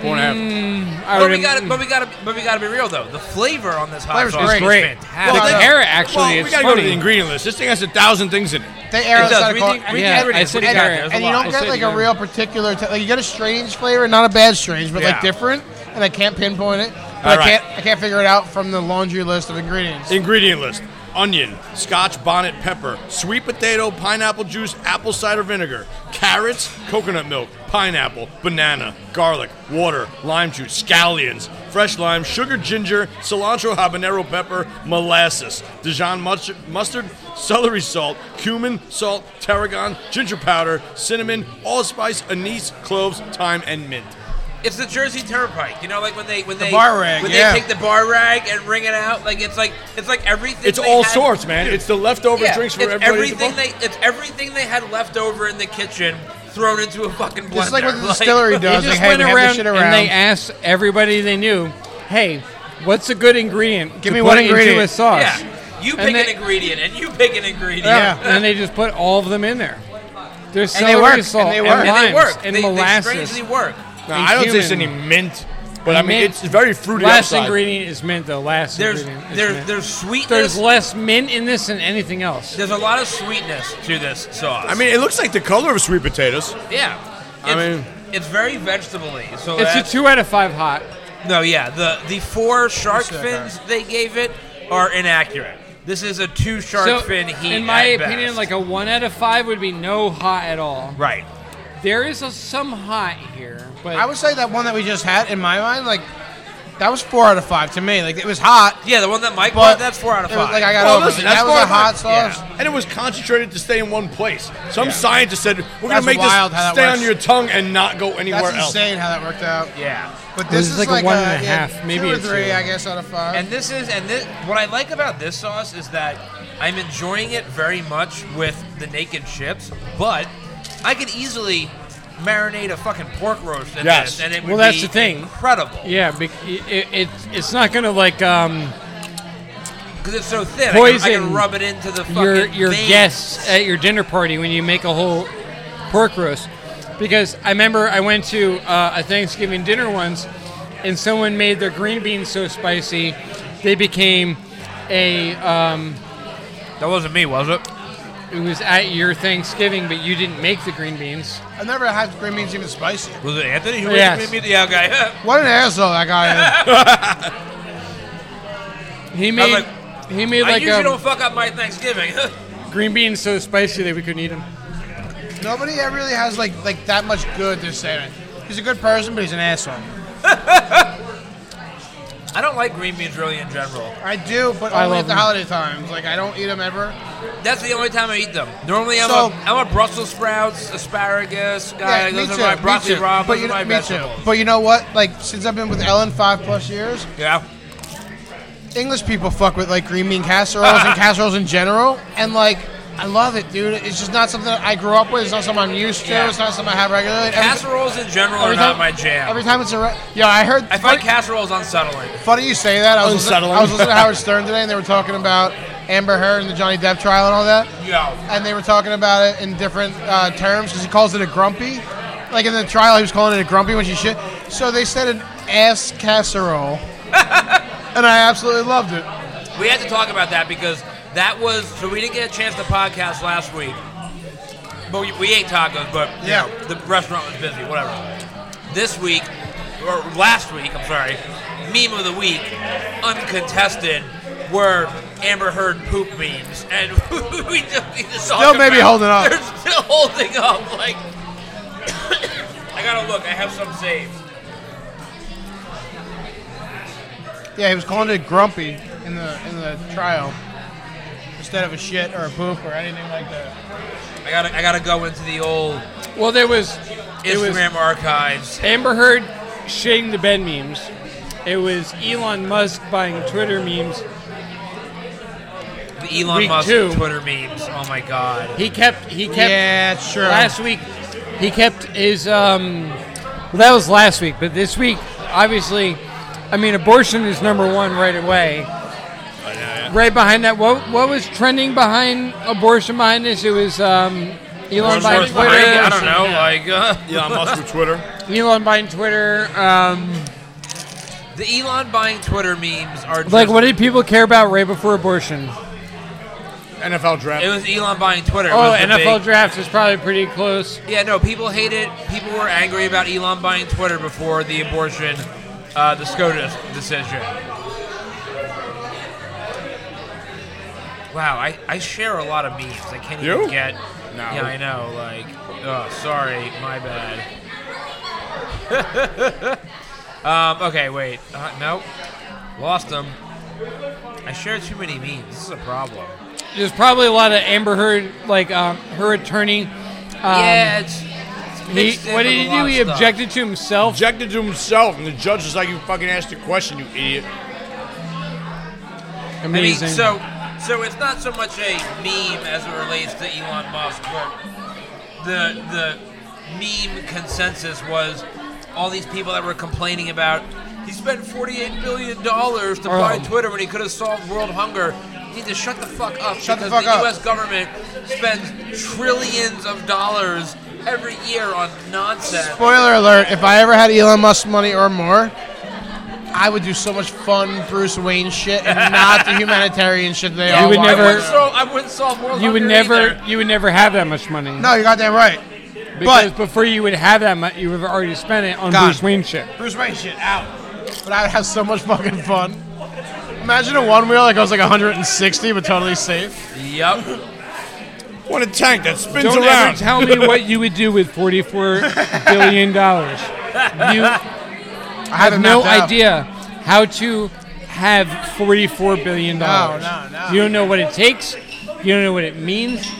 D: Four and a half.
B: Mm. I
A: But we
B: would-
A: gotta, but we gotta, but we gotta be real though. The flavor on this hot
C: Flavor's
A: sauce
C: great.
A: is
B: Great.
A: fantastic.
B: the
C: Well,
B: carrot actually
D: well,
B: is
D: we gotta
B: funny.
D: go to the ingredient list. This thing has a thousand things in it.
C: They air
A: It does.
C: outside of
A: We
C: col-
A: think-
C: and,
A: we
B: Yeah,
A: think everything
B: I
A: is
B: said
A: pretty
B: it
A: good.
B: there.
A: There's a
C: and you
A: lot.
C: don't
B: We'll
C: get
B: say
C: like
B: it
C: a
B: again.
C: real particular, t- like you get a strange flavor, not a bad strange, but
A: Yeah.
C: like different, and I can't pinpoint it.
D: All
C: But I
D: right.
C: can't, I can't figure it out from the laundry list of ingredients.
D: Ingredient list: onion, Scotch bonnet pepper, sweet potato, pineapple juice, apple cider vinegar, carrots, coconut milk, pineapple, banana, garlic, water, lime juice, scallions, fresh lime, sugar, ginger, cilantro, habanero pepper, molasses, Dijon mus- mustard, celery salt, cumin, salt, tarragon, ginger powder, cinnamon, allspice, anise, cloves, thyme, and mint.
A: It's the Jersey Turnpike. You know, like when they when they
C: bar rag,
A: when
C: yeah.
A: they take the bar rag and wring it out. Like it's like it's like everything.
D: It's
A: they
D: all
A: had-
D: sorts, man. It's the leftover
A: Yeah,
D: drinks for
A: it's
D: everybody. at the
A: everything
D: bar.
A: they it's everything they had left over in the kitchen thrown into a fucking blender.
C: Just like what the
A: *laughs*
C: distillery
B: They
C: does.
B: just
C: like, hey,
B: went
C: we have this
B: around,
C: shit
B: and
C: around.
B: they asked everybody they knew, "Hey, what's a good ingredient?
C: Give
B: to
C: me
B: put
C: one
B: into a
C: ingredient."
B: sauce."
A: Yeah, you
B: And
A: pick
B: they-
A: an ingredient and you pick an ingredient. *laughs*
C: Yeah.
B: and then they just put all of them in there. There's
C: And they
B: celery
C: work,
B: salt
C: and they work.
A: and they
B: limes
A: work.
B: and
A: they,
B: molasses.
A: They strangely work.
D: No,
B: and
D: I don't taste any
B: cumin.
D: mint, but I mean
B: Mint.
D: it's very fruity
B: Last
D: outside.
B: ingredient is mint, though. Last
A: There's
B: ingredient is
A: there's
B: mint.
A: there's sweetness.
B: There's less mint in this than anything else.
A: there's a lot of sweetness to this sauce.
D: I mean, it looks like the color of sweet potatoes.
A: yeah.
D: I
A: It's-
D: mean-
A: it's very vegetable-y. So
B: It's a
A: that's-
B: two out of five hot.
A: No, yeah, the the four shark
C: Sure.
A: fins they gave it are inaccurate. This is a two shark
B: So,
A: fin heat.
B: in my
A: at
B: opinion,
A: best.
B: like a one out of five would be no hot at all.
A: right.
B: There is a, some hot here, but
C: I would say that one that we just had in my mind, like that was four out of five to me. Like it was hot,
A: Yeah, the one that Mike
C: but
A: bought, that's four out of
C: it was
A: five.
C: like I got
D: Oh,
C: over. it.
D: listen, that's
C: that was
D: four
C: a
D: out of
C: hot
A: five.
C: sauce.
D: And it was concentrated to stay in one place. Some
A: Yeah.
D: scientist said, we're going
C: That's
D: to make
C: wild how
D: this
C: that
D: stay
C: works.
D: on your tongue and not go anywhere
C: That's
D: else.
C: insane how that worked out.
A: yeah.
C: But
B: This
C: this,
B: is
C: is
B: like a
C: like
B: one and a
C: yeah,
B: half, maybe
C: two
B: a
C: or three,
B: two.
C: I guess, out of five.
A: And this is and this what I like about this sauce is that I'm enjoying it very much with the naked chips, but I could easily marinate a fucking pork roast in
D: Yes.
A: this, and it would
B: Well, that's
A: be
B: the thing.
A: incredible
B: yeah, bec- it, it, it's not gonna like um,
A: because it's so thin. I can- I, can,
B: Poison
A: rub it into the fucking
B: your your
A: veins.
B: guests at your dinner party when you make a whole pork roast. Because I remember I went to uh, a Thanksgiving dinner once, and someone made their green beans so spicy, they became a. Um,
A: That wasn't me, was it?
B: it was at your Thanksgiving, but you didn't make the green beans.
C: I've never had green beans even spicy.
A: Was it Anthony? Who
B: Yes.
A: made me the yeah, *laughs* guy?
C: What an asshole that guy is.
B: He made
A: like,
B: he made
A: I
B: like
A: usually
B: um,
A: don't fuck up my Thanksgiving. *laughs*
B: green beans so spicy that we couldn't eat them.
C: *laughs* Nobody that really has like like that much good they're saying. He's a good person, but he's an asshole.
A: I don't like green beans really in general.
C: I do, but
B: I
C: only
B: love
C: at the
B: him.
C: holiday times. Like I don't eat them ever.
A: That's the only time I eat them. Normally, I'm,
C: So-
A: a, I'm a Brussels sprouts, asparagus guy.
C: me
A: those are
C: too,
A: my
C: me
A: broccoli
C: too.
A: rabe.
C: But
A: Those
C: you
A: are
C: know,
A: my
C: me too.
A: vegetables.
C: But you know what? Like since I've been with Ellen five plus years,
A: Yeah.
C: English people fuck with like green bean casseroles
A: *laughs*
C: and casseroles in general, and like I love it, dude. It's just not something that I grew up with. It's not something I'm used to.
A: Yeah.
C: It's not something I have regularly. Every-
A: Casseroles in general are
C: every
A: not
C: time-
A: my jam.
C: Every time it's a re- yeah, I heard.
A: I find casseroles unsettling.
C: funny you say that. I was, listening,
D: Unsettling.
C: I was listening to Howard Stern today, and they were talking about Amber Heard and the Johnny Depp trial and all that.
A: Yo.
C: And they were talking about it in different uh, terms because he calls it a grumpy. Like in the trial, he was calling it a grumpy when she shit. So they said an ass
A: *laughs*
C: casserole, and I absolutely loved it.
A: We had to talk about that because that was so we didn't get a chance to podcast last week. But we, we ate tacos, but you
C: Yeah.
A: know, the restaurant was busy, whatever. This week, or last week, I'm sorry, meme of the week, uncontested, were Amber Heard poop memes, and *laughs* we just need to talk
C: Still maybe
A: about-
C: holding up.
A: They're still holding up. Like, *coughs* I gotta look. I have some saved.
C: Yeah, he was calling it grumpy in the in the trial instead of a shit or a poop or anything like that.
A: I gotta, I gotta go into the old
B: Well, there was it was
A: Instagram archives.
B: Amber Heard shitting the bed memes. It was Elon Musk buying Twitter memes.
A: The Elon
B: Week
A: Musk
B: two.
A: Twitter memes. Oh my god.
B: He kept he kept
C: yeah, sure.
B: last week. He kept his um. Well, that was last week, but this week, obviously, I mean, abortion is number one right away.
D: I know, yeah.
B: right behind that. What what was trending behind abortion behind this? It was um, Elon Biden's
D: Wordsworth
B: Twitter.
D: behind it,
A: I don't know, like *laughs* uh,
D: Elon Musk *laughs* with Twitter.
B: Elon Biden Twitter. Um,
A: the Elon buying Twitter memes are just,
B: like, what did people care about right before abortion?
D: NFL draft.
A: it was Elon buying Twitter.
B: Oh,
A: was the
B: NFL
A: big-
B: drafts is probably pretty close.
A: Yeah, no, people hated. People were angry about Elon buying Twitter before the abortion, uh, the SCOTUS decision. Wow, I, I share a lot of memes. I can't
D: You?
A: even get.
D: No.
A: Yeah, I know. Like, oh, sorry, my bad. *laughs* um, okay, wait. Uh, nope. Lost them. I share too many memes. This is a problem.
B: There's probably a lot of Amber Heard, like um, her attorney. Um,
A: yeah, it's. it's
B: He,
A: mixed in
B: what
A: with
B: did
A: a
B: he
A: lot
B: do?
A: of
B: He
A: stuff.
B: objected to himself.
D: Objected to himself, and the judge is like, "You fucking asked a question, you idiot."
A: I mean,
B: Amazing.
A: so so it's not so much a meme as it relates to Elon Musk, but the the meme consensus was all these people that were complaining about he spent forty eight billion dollars to buy
B: Oh.
A: Twitter when he could have solved world hunger. You need to shut the fuck up
C: Shut the
A: because
C: fuck up.
A: US government spends trillions of dollars every year on nonsense.
C: Spoiler alert: If I ever had Elon Musk money or more, I would do so much fun Bruce Wayne shit
B: *laughs*
C: and not the humanitarian shit they all
B: would
C: want.
A: I
B: never-
A: wouldn't, solve, I wouldn't solve world
B: you would
A: hunger
B: never,
A: either.
B: you would never have that much money.
C: No, you got that right.
B: because
C: but-
B: before you would have that much, you would have already spent it on
C: God.
B: Bruce Wayne shit.
C: Bruce Wayne shit out. But I would have so much fucking fun. Imagine a one wheel that goes like 160, but totally safe.
A: Yup.
D: What a tank that spins
B: Don't
D: around.
B: ever tell me what you would do with forty-four
A: *laughs*
B: billion dollars. You
C: I
B: have
C: haven't
B: no
C: mapped out.
B: idea how to have forty-four billion dollars.
C: No, no, no.
B: You don't know what it takes. You don't know what it means.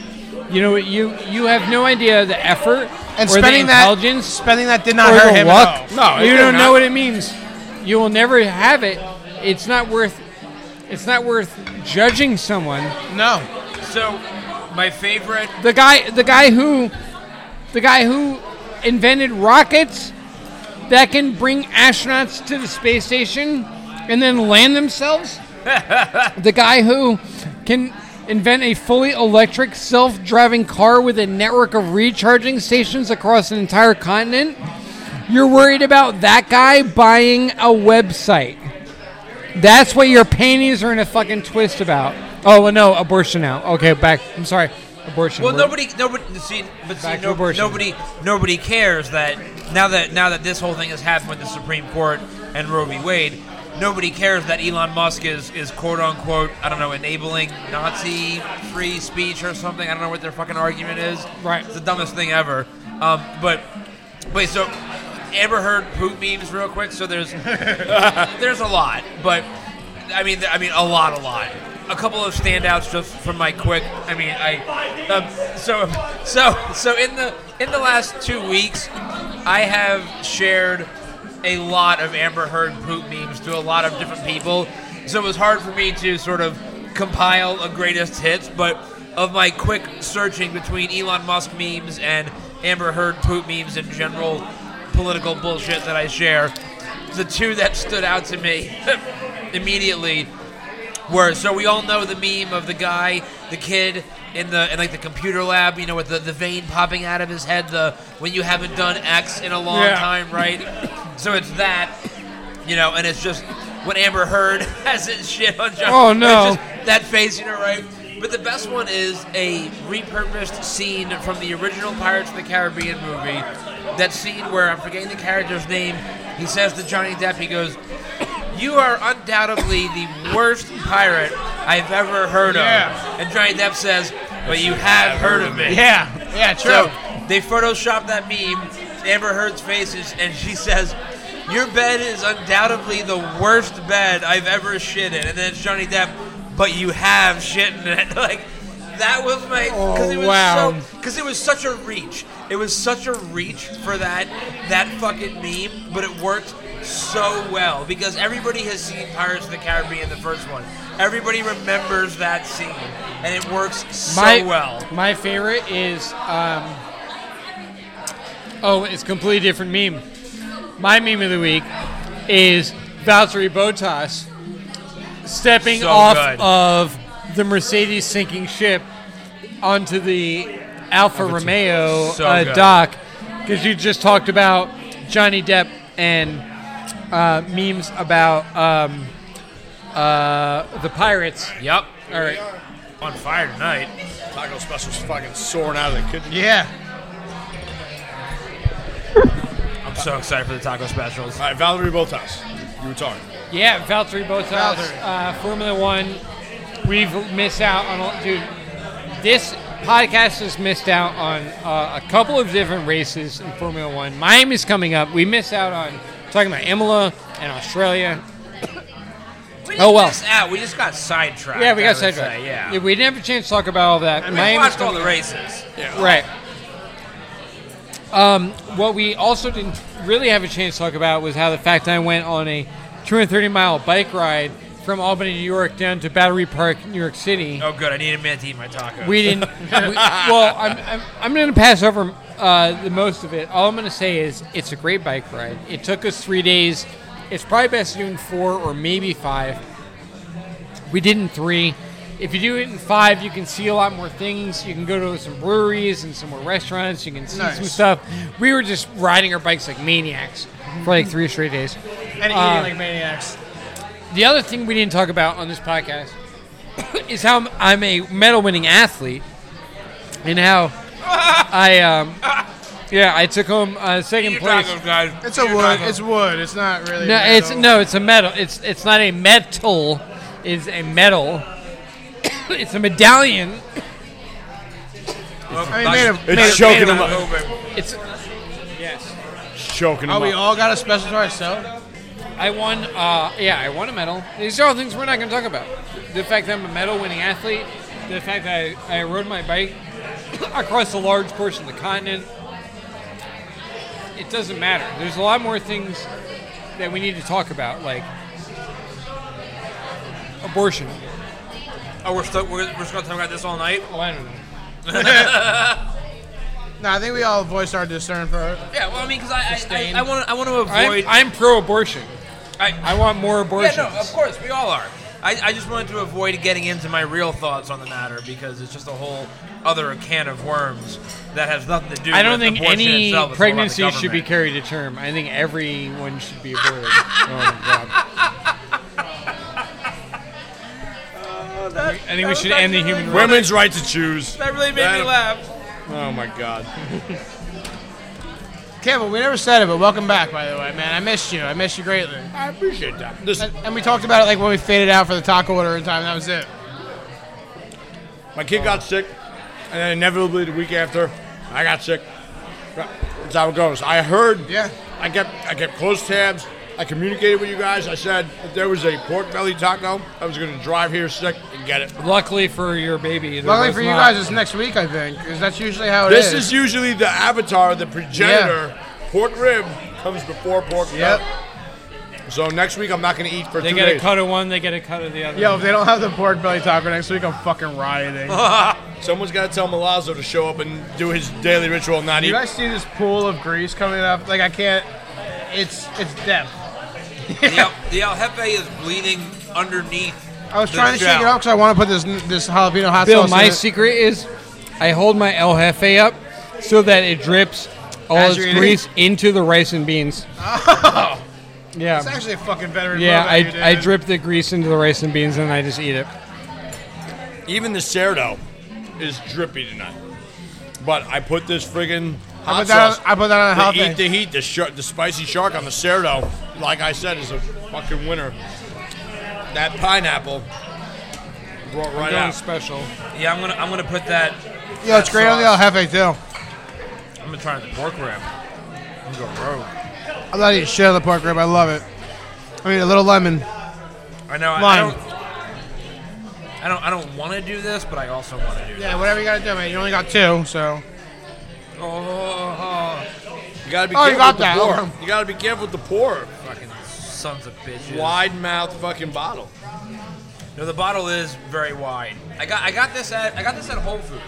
B: You know what you you have no idea the effort
C: And
B: or the
C: spending that,
B: intelligence
C: spending that did not
B: or
C: hurt
B: the
C: him
B: luck.
C: at all.
D: No, it
B: you
D: did
B: don't
D: not.
B: know what it means. You will never have it. It's not worth. It's not worth judging someone.
C: No,
A: So my favorite
B: The guy, the guy who, the guy who invented rockets that can bring astronauts to the space station and then land themselves. the guy who can invent a fully electric self-driving car with a network of recharging stations across an entire continent. You're worried about that guy buying a website. That's what your panties are in a fucking twist about. Oh well, no abortion now. Okay, back. I'm sorry, abortion.
A: Well,
B: We're-
A: nobody, nobody, see, but see,
B: Back to
A: no,
B: abortion.
A: nobody, nobody cares that now that now that this whole thing has happened with the Supreme Court and Roe v. Wade, nobody cares that Elon Musk is is quote unquote I don't know enabling Nazi free speech or something. I don't know what their fucking argument is.
B: Right.
A: it's the dumbest thing ever. Um, but wait, so ever heard poop memes real quick? So there's there's a lot, but I mean, I mean, a lot, a lot. A couple of standouts just from my quick. I mean, I um, so so so in the in the last two weeks, I have shared a lot of Amber Heard poop memes to a lot of different people. So it was hard for me to sort of compile a greatest hits, but of my quick searching between Elon Musk memes and Amber Heard poop memes and general political bullshit that I share, the two that stood out to me *laughs* immediately were so we all know the meme of the guy, the kid in the in like the computer lab, you know, with the, the vein popping out of his head, the when you haven't done X in a long
B: Yeah.
A: time, right? so it's that, you know, and it's just when Amber Heard *laughs* has his shit on John.
B: Oh, no.
A: it's just *laughs* that face, you know, right? But the best one is a repurposed scene from the original Pirates of the Caribbean movie. That scene where I'm forgetting the character's name. He says to Johnny Depp, he goes, *clears throat* "You are undoubtedly the worst pirate I've ever heard
C: Yeah.
A: of." And Johnny Depp says, "But you have heard of *laughs* me."
C: yeah, yeah, true.
A: So they photoshopped that meme, Amber Heard's faces, and she says, Your bed is undoubtedly the worst bed I've ever shit in. And then it's Johnny Depp, but you have shit in it. *laughs* like, that was my. Because it was
B: Oh, wow.
A: so. Because it was such a reach. It was such a reach for that that fucking meme, but it worked so well because everybody has seen Pirates of the Caribbean, the first one. Everybody remembers that scene, and it works so well.
B: My favorite is um, oh, it's a completely different meme. My meme of the week is Valtteri Botas stepping
A: So
B: off
A: good.
B: of the Mercedes sinking ship onto the Alfa Romeo
A: So
B: uh,
A: good.
B: dock because you just talked about Johnny Depp and uh, memes about um, uh, the pirates.
A: Yep.
B: All right.
A: On fire tonight.
D: Taco special's fucking soaring out of the kitchen.
C: Yeah.
A: I'm so excited for the taco specials.
D: All right, Valerie Botas, you were talking.
B: Yeah, Valtteri Bottas,
C: Valtteri.
B: uh, Formula One. We've missed out on, a, dude. This podcast has missed out on uh, a couple of different races in Formula One. Miami's coming up. We missed out on talking about Imola and Australia. oh well.
A: Miss out. We just got sidetracked.
B: Yeah,
A: I
B: we got
A: would
B: sidetracked.
A: say, Yeah.
B: we didn't have a chance to talk about all that.
A: we
B: Miami's
A: watched
B: coming-
A: all the races.
B: Right. Um, what we also didn't really have a chance to talk about was how the fact I went on a 230 mile bike ride from Albany, New York, down to Battery Park, New York City.
A: Oh, good. I need a minute to eat my taco.
B: We didn't. we- well, I'm, I'm, I'm going to pass over uh, the most of it. All I'm going to say is it's a great bike ride. It took us three days. It's probably best doing four or maybe five. We did in three. If you do it in five, you can see a lot more things. You can go to some breweries and some more restaurants. You can see some
C: Nice.
B: stuff. We were just riding our bikes like maniacs for like three straight days.
C: And eating
B: Uh,
C: like maniacs.
B: The other thing we didn't talk about on this podcast *coughs* is how I'm, I'm a medal winning athlete and how I, um, yeah, I took home uh,
A: Eat
B: second
A: your
B: place.
A: tacos, guys.
C: It's a
A: Eat your
C: wood.
A: tacos.
C: It's wood. It's not really.
B: No,
C: metal.
B: it's no, it's a medal. It's it's not a metal. It's a medal. *coughs* it's a medallion.
A: Well,
C: I mean, made of-
A: that's-
C: made
D: of- choking
A: made of
D: them
A: adobo.
B: It's
D: Choking him
C: Oh, we
D: up.
C: all got a special to ourselves.
B: I won. Uh, yeah, I won a medal. These are all things we're not going to talk about. The fact that I'm a medal-winning athlete. The fact that I, I rode my bike *coughs* across a large portion of the continent. It doesn't matter. There's a lot more things that we need to talk about, like abortion.
A: Oh, we're, still, we're, we're just going to talk about this all night?
B: Oh, I don't know.
C: No, I think we all voiced our discern for it.
A: Yeah, well, I mean, because I, I,
B: Sustain.
A: I, I want to I wanna avoid.
B: I'm, I'm pro-abortion.
A: I-
B: I want more abortions.
A: Yeah, no, of course, we all are. I, I just wanted to avoid getting into my real thoughts on the matter because it's just a whole other can of worms that has nothing to do
B: I don't
A: with
B: think
A: abortion itself.
B: any
A: It's all about the
B: pregnancy should be
A: government.
B: carried to term. I think everyone should be
C: *laughs*
B: aborted. oh, God.
C: Oh,
B: I think we should end the human right.
D: Women's right to choose.
A: That really made me laugh.
D: Oh my god.
C: Kevin, we never said it, but welcome back, by the way, man. I missed you. I missed you greatly.
D: I appreciate that. Listen,
C: And, and we talked about it like when we faded out for the taco order in time. That was it.
D: my kid got sick, and then inevitably the week after, I got sick. That's how it goes. I heard.
C: Yeah.
D: I kept I kept close tabs. I communicated with you guys. I said if there was a pork belly taco, I was going to drive here sick
C: Oh,
D: and get it.
B: Luckily for your baby. there
C: Luckily
B: was
C: for you
B: not.
C: guys, it's next week, I think, because that's usually how it is.
D: This is usually the avatar, the progenitor. Pork rib comes before pork
C: Yep.
D: belly. So next week I'm not going to eat for
B: They
D: two
B: get a
D: days.
B: cut of one, they get a cut of the other.
C: Yo, if they don't have the pork belly taco next week, I'm fucking rioting.
D: Someone's got to tell Milazzo to show up and do his daily ritual, and not
C: Do
D: eat.
C: you guys see this pool of grease coming up? Like I can't. It's it's depth.
A: the, El, the El Jefe is bleeding underneath.
C: I was
A: the
C: trying to shake
A: shell.
C: it off because I want to put this this jalapeno hot
B: Bill,
C: sauce.
B: my
C: in it.
B: secret is I hold my El Jefe up so that it drips all
C: As Oh.
B: its
C: you're eating?
B: grease into the rice and beans. Yeah.
C: It's actually a fucking veteran.
B: Yeah,
C: move that you did.
B: I, I drip the grease into the rice and beans and I just eat it.
D: Even the cerdo is drippy tonight. But I put this friggin' hot
C: I put, that
D: sauce.
C: on, I put that on a hot
D: the
C: thing.
D: eat the heat, the, sh- the spicy shark on the cerdo. Like I said, is a fucking winner. That pineapple brought right
B: Going
D: out.
B: special.
A: Yeah, I'm gonna I'm gonna put that.
C: Yo, it's great on the El Jefe too.
A: I'm gonna try the pork rib. I'm gonna go rogue.
C: I'm not eating shit on the pork rib. I love it. I mean, a little lemon.
A: I know. I, I
C: Lime.
A: don't. I don't. I don't want to do this, but I also want to do. This.
C: Yeah, whatever you gotta do, man. You only got two, so.
A: Oh,
D: You gotta be
C: Oh, you
D: careful
C: got
D: with the
C: that.
D: pour.
C: Okay. *laughs*
D: You gotta be careful with the pour.
A: fucking sons of bitches.
D: Wide mouth fucking bottle.
A: No, the bottle is very wide. I got I got this at I got this at Whole Foods.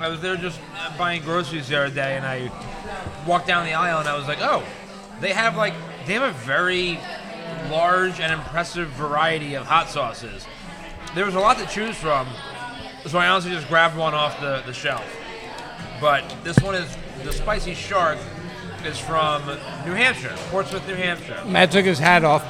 A: I was there just uh, buying groceries the other day, and I walked down the aisle, and I was like, oh, they have like they have a very large and impressive variety of hot sauces. There was a lot to choose from, so I honestly just grabbed one off the, the shelf. But this one is the spicy shark is from New Hampshire, Portsmouth, New Hampshire.
B: Matt took his hat off.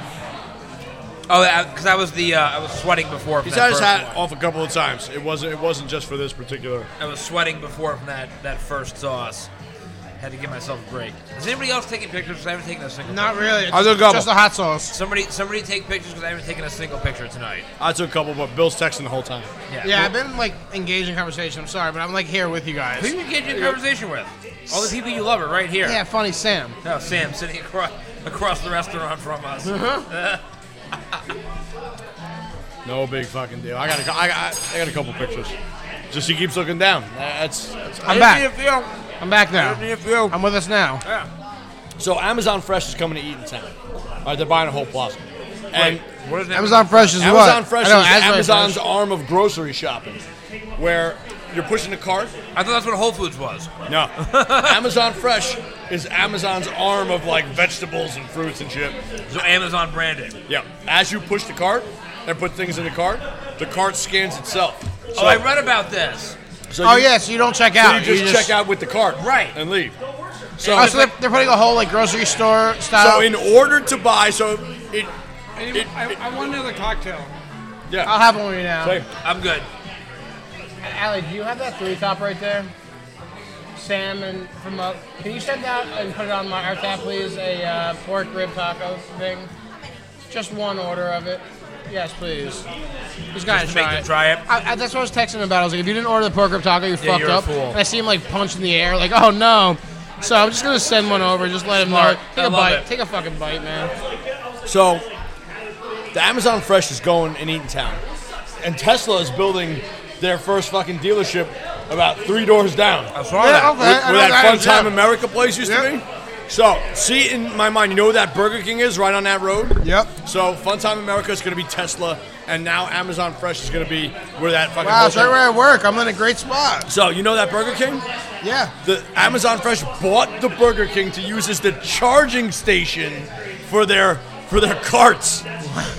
A: Oh, because I was the uh, I was sweating before. From
D: He's
A: that
D: had his
A: first
D: hat
A: one.
D: off a couple of times. It wasn't. It wasn't just for this particular.
A: I was sweating before from that, that first sauce. Had to give myself a break. Is anybody else taking pictures? 'Cause I haven't taken a single.
C: Not really. It's
D: I'll do a
C: just
D: gobble.
C: the hot sauce.
A: Somebody, somebody take pictures because I haven't taken a single picture tonight.
D: I took a couple, but Bill's texting the whole time.
A: Yeah.
C: Yeah, I've been like engaged in conversation. I'm sorry, but I'm like here with you
A: Who
C: guys.
A: you engage in conversation with? All the people you love are right here.
C: Yeah, funny Sam.
A: No, Sam sitting across across the restaurant from us.
D: No big fucking deal. I got. A, I, got I got a couple pictures. Just he keeps looking down. That's. that's
C: I'm back. I'm back now.
A: you.
C: I'm with us now.
D: so Amazon Fresh is coming to Eatontown. All right, they're buying a whole plaza. And
A: What is that?
C: Amazon Fresh is what?
D: Amazon Fresh
C: I know,
D: is
C: Amazon
D: Amazon's
C: Fresh.
D: arm of grocery shopping, where you're pushing a cart.
A: I thought that's what Whole Foods was.
D: No, *laughs* Amazon Fresh is Amazon's arm of like vegetables and fruits and shit.
A: So Amazon branded.
D: Yeah. As you push the cart and put things in the cart, the cart scans itself. So,
A: oh, I read about this.
D: so
C: Oh
D: you,
C: yeah, so you don't check
D: so
C: out.
D: you just check out with the cart,
A: Right.
D: and leave.
C: Oh, so they're, they're putting a whole like grocery store style.
D: So in order to buy, so it, it, it
B: I want another cocktail.
C: I'll
D: yeah.
C: have one with you now.
D: Same.
A: I'm good.
C: Allie, do you have that three top right there? Sam and from up. Can you send out and put it on my our tab, please? A uh, pork rib taco thing. Just one order of it. Yes, please. He's got
A: Just to make them try it.
C: I, I, that's what I was texting him about. I was like, if you didn't order the pork rib taco, you're fucked
A: you're a
C: up.
A: fool.
C: And I see him like punch in the air, like, oh no. So I'm just gonna send one over. Just let him
A: Smart.
C: know. Take
A: I
C: a
A: love
C: bite.
A: it.
C: Take a fucking bite, man.
D: So the Amazon Fresh is going in Eatontown, and Tesla is building their first fucking dealership about three doors down.
A: I saw
C: Yeah,
A: that.
C: okay. I
D: where
C: know
D: that
C: that
D: fun
C: is,
D: time
C: yeah.
D: America place used
C: Yeah.
D: to be. So, see in my mind, you know where that Burger King is right on that road.
C: Yep.
D: So, Fun Time America is going to be Tesla, and now Amazon Fresh is going to be where that fucking.
C: Wow,
D: whole
C: it's right
D: thing-
C: where I work. I'm in a great spot.
D: So you know that Burger King?
C: Yeah.
D: The Amazon Fresh bought the Burger King to use as the charging station for their for their carts.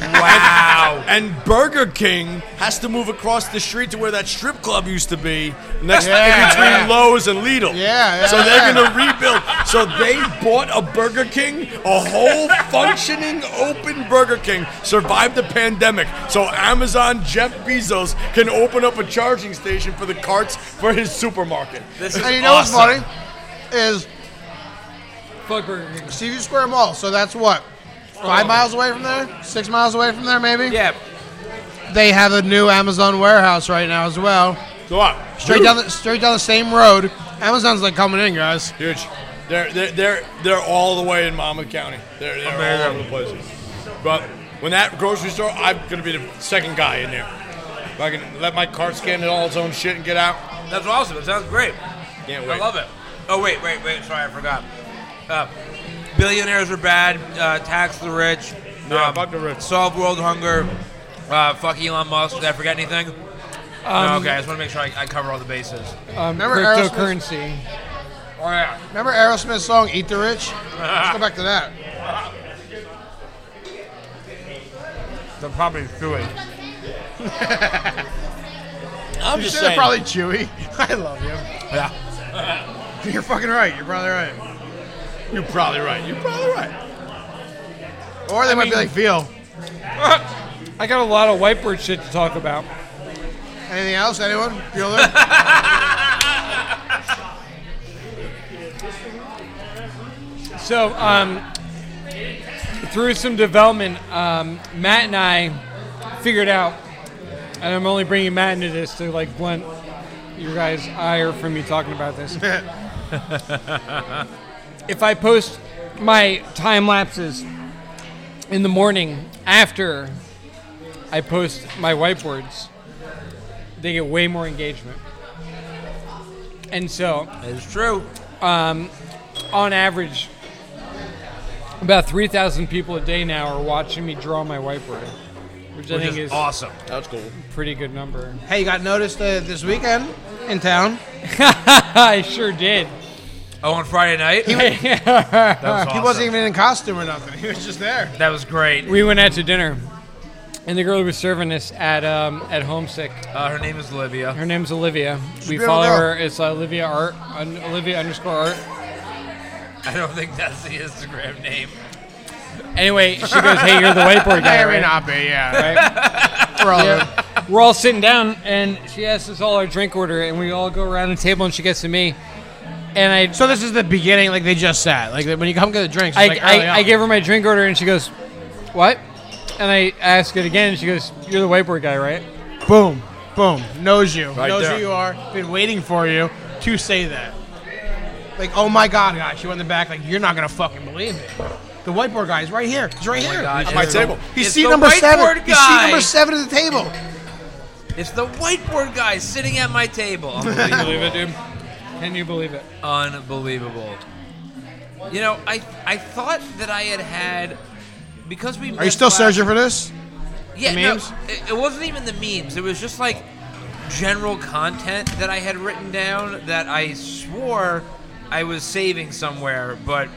A: Wow.
D: *laughs* And Burger King has to move across the street to where that strip club used to be, next
C: Yeah,
D: in between
C: yeah.
D: Lowe's and Lidl.
C: Yeah, yeah,
D: So they're
C: yeah.
D: gonna rebuild. So they bought a Burger King, a whole functioning open Burger King, survived the pandemic. So Amazon Jeff Bezos can open up a charging station for the carts for his supermarket.
A: this is
C: And you know
A: awesome.
C: what's funny is
B: Fuck Burger King.
C: Seaview Square Mall. So that's what five miles away from there, six miles away from there, maybe.
A: Yeah.
C: They have a new Amazon warehouse right now as well.
D: So what?
C: Straight down, the, straight down the same road. Amazon's like coming in, guys.
D: Huge. They're they're they're they're all the way in Monmouth County. They're, they're all over the place. But when that grocery store, I'm gonna be the second guy in there. If I can let my cart scan it all its own shit and get out.
A: That's awesome. It sounds great.
D: Can't
A: I
D: wait.
A: love it. Oh wait, wait, wait. Sorry, I forgot. Uh, billionaires are bad. Uh, tax the rich. um,
D: Yeah, fuck the rich.
A: Solve world hunger. Uh, fuck Elon Musk. Did I forget anything? no, okay, I just want to make sure I, I cover all the bases.
B: Um,
C: Remember Aerosmith?
B: cryptocurrency.
A: Oh yeah.
C: Remember Aerosmith's song "Eat the Rich"? Let's go back to *laughs* that.
A: They're probably doing.
D: I'm
C: You
D: just
C: said it
D: saying.
C: probably Chewy. *laughs* I love you.
A: Yeah.
C: You're fucking right. You're probably right.
D: you're probably right. You're probably right.
C: Or they might be like veal.
B: *laughs* I got a lot of whiteboard shit to talk about.
C: Anything else? Anyone? *laughs* Bueller?
B: So, um, through some development, um, Matt and I figured out, and I'm only bringing Matt into this to like blunt your guys' ire from me talking about this. if I post my time lapses in the morning after I post my whiteboards, they get way more engagement. And so
A: It's true.
B: on average, about 3,000 people a day now are watching me draw my whiteboard, which, I
A: Which
B: think
A: is
B: is
A: awesome.
D: That's cool.
B: a pretty good number. *laughs*
C: hey, you got noticed uh, this weekend in town?
B: I sure did. *laughs*
A: Oh, on Friday night? that was
C: Uh, He
A: awesome.
C: wasn't even in costume or nothing. *laughs* He was just there.
A: That was great.
B: We went out to dinner, and the girl who was serving us at um, at Homesick,
A: Uh, her name is Olivia.
B: her name's Olivia. We
C: a
B: follow
C: girl.
B: her. It's Olivia Art, un, Olivia underscore Art.
A: I don't think that's the Instagram name. Oh
B: Anyway, she goes, "Hey,
D: *laughs*
B: you're the whiteboard guy,
C: may
B: right?"
C: not be, eh, yeah.
B: Right? *laughs*
C: We're all
B: We're all sitting down, and she asks us all our drink order, and we all go around the table, and she gets to me, and I
C: So this is the beginning, like they just sat. Like when you come get the drinks, it's
B: I,
C: like early
B: I, I
C: on.
B: gave her my drink order and she goes, What? And I ask it again and she goes, You're the whiteboard guy, right?
C: boom, boom, knows you,
D: Right
C: knows
D: there.
C: who you are. Been waiting for you to say that. Like, oh my God, guy, she went in the back. Like, you're not gonna fucking believe it. The whiteboard guy is right here. He's right here.
A: God,
D: At my
A: it's the-
D: table.
A: it's
C: He's seat
A: the
C: number seven.
A: whiteboard
C: He's seat
A: guy.
C: number seven at the table.
A: It's the whiteboard guy sitting at my table. Unbelievable.
B: it, dude. Can you believe it?
A: Unbelievable. You know, I I thought that I had had because we
C: Are you still
A: Sergio?
C: searching for this?
A: Yeah,
C: The
A: no,
C: memes?
A: it, it wasn't even the memes. It was just like general content that I had written down that I swore I was saving somewhere, but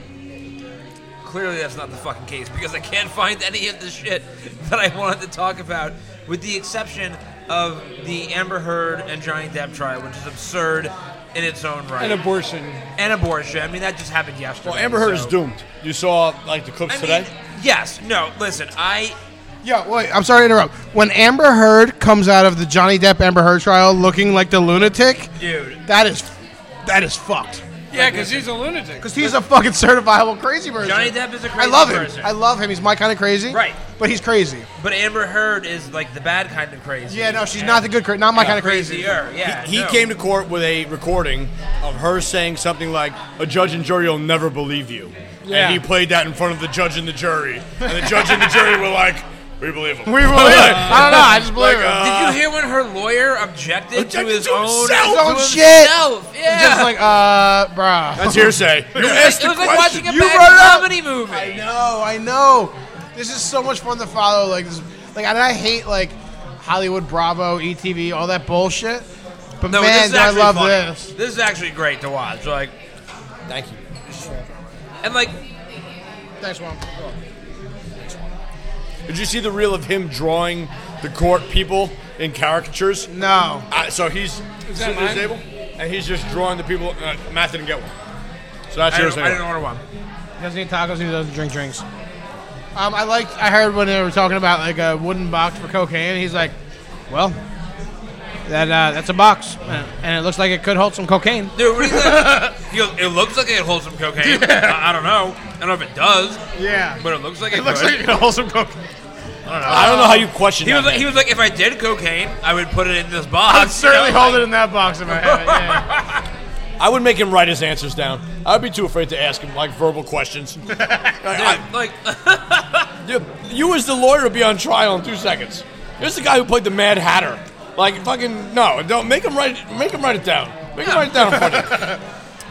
A: clearly that's not the fucking case because I can't find any of the shit that I wanted to talk about, with the exception of the Amber Heard and Johnny Depp trial, which is absurd in its own right.
B: An abortion.
A: and abortion. I mean, that just happened yesterday.
D: Well, Amber Heard is
A: so-
D: doomed. You saw like the
A: I
D: clips
A: mean,
D: today.
A: yes. No. Listen, I
C: Yeah, wait, I'm sorry to interrupt. When Amber Heard comes out of the Johnny Depp Amber Heard trial looking like the lunatic,
A: dude.
C: that is that is fucked.
B: Yeah, because he's a lunatic.
C: Because he's a fucking certifiable crazy person.
A: Johnny Depp is a
C: I
A: crazy
C: love him.
A: person.
C: I love him. He's my kind of crazy.
A: Right.
C: But he's crazy.
A: But Amber Heard is like the bad kind of crazy.
C: Yeah, no, she's not the good crazy. Not my kind of crazy.
A: Crazier, yeah.
D: He
A: no.
D: came to court with a recording of her saying something like, "A judge and jury will never believe you,"
B: Yeah.
D: and he played that in front of the judge and the jury, and the judge and the jury were like, "We believe him." *laughs*
C: We believe it. *laughs* I don't know. I just believe
D: Like, uh,
C: it.
A: Did you hear when her lawyer objected, to
D: Objected
A: his
D: to
A: own
D: himself!
C: His own
A: to
C: shit!
A: himself? Yeah.
C: Just like, uh, bruh. *laughs*
D: That's
A: *laughs*
D: hearsay. You asked
A: it
D: the
A: was like
D: question.
A: watching a
C: You
A: bad
C: brought it up!
A: comedy movie.
C: I know. I know. This is so much fun to follow. Like, this, like, and I hate like Hollywood Bravo, ETV, all that bullshit. But
A: No, this
C: man,
A: is
C: do I
A: actually
C: love
A: funny.
C: this.
A: This is actually great to watch. Like,
D: Thank you.
A: and like,
C: Next one.
D: Did you see the reel of him drawing the court people in caricatures?
C: No.
D: Uh, so he's sitting at
B: mine?
D: the table, and he's just drawing the people. Uh, Matt didn't get one, so that's
A: I
D: yours.
A: didn't, I didn't
D: anyway.
A: order one.
C: He doesn't eat tacos and he doesn't drink drinks. Um, I liked. I heard when they were talking about like a wooden box for cocaine. He's like, "Well, that uh, that's a box, and- and it looks like it could hold some cocaine."
A: Dude, what do you think? he goes, it looks like it holds some cocaine. I, I don't know. I don't know if it does,
C: Yeah.
A: but it looks like it,
D: It looks
A: could.
D: like you can hold some cocaine. I don't know. I don't know how you question
A: he
D: that.
A: was like, he was like, if I did cocaine, I would put it in this box.
C: I'd certainly
A: You know,
C: hold it
A: like-
C: in that box if I had it. Yeah.
D: I would make him write his answers down. I would be too afraid to ask him like
A: *laughs*
D: verbal questions. Like, I-
A: Dude, like, uh,
D: you, you as the lawyer would be on trial in two seconds. Here's the guy who played the Mad Hatter. Like fucking no, don't make him write. Make him write it down. Make him write it down in front of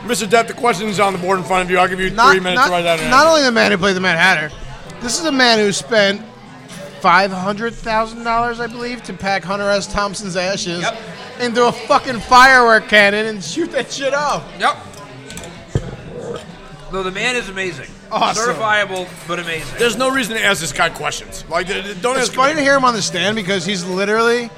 D: you. *laughs* Mr. Depp, the question's on the board in front of you. I'll give you
C: Not,
D: three minutes
C: not,
D: to write that down.
C: not only the man who played the Mad Hatter, this is a man who spent five hundred thousand dollars, I believe, to pack Hunter S. Thompson's ashes
A: Yep.
C: into a fucking firework cannon and shoot that shit off.
A: Yep. No, the man is amazing.
C: Awesome.
A: Certifiable, but amazing.
D: There's no reason to ask this guy questions. Like, th- th- don't
C: It's
D: ask.
C: funny to hear him on the stand because he's literally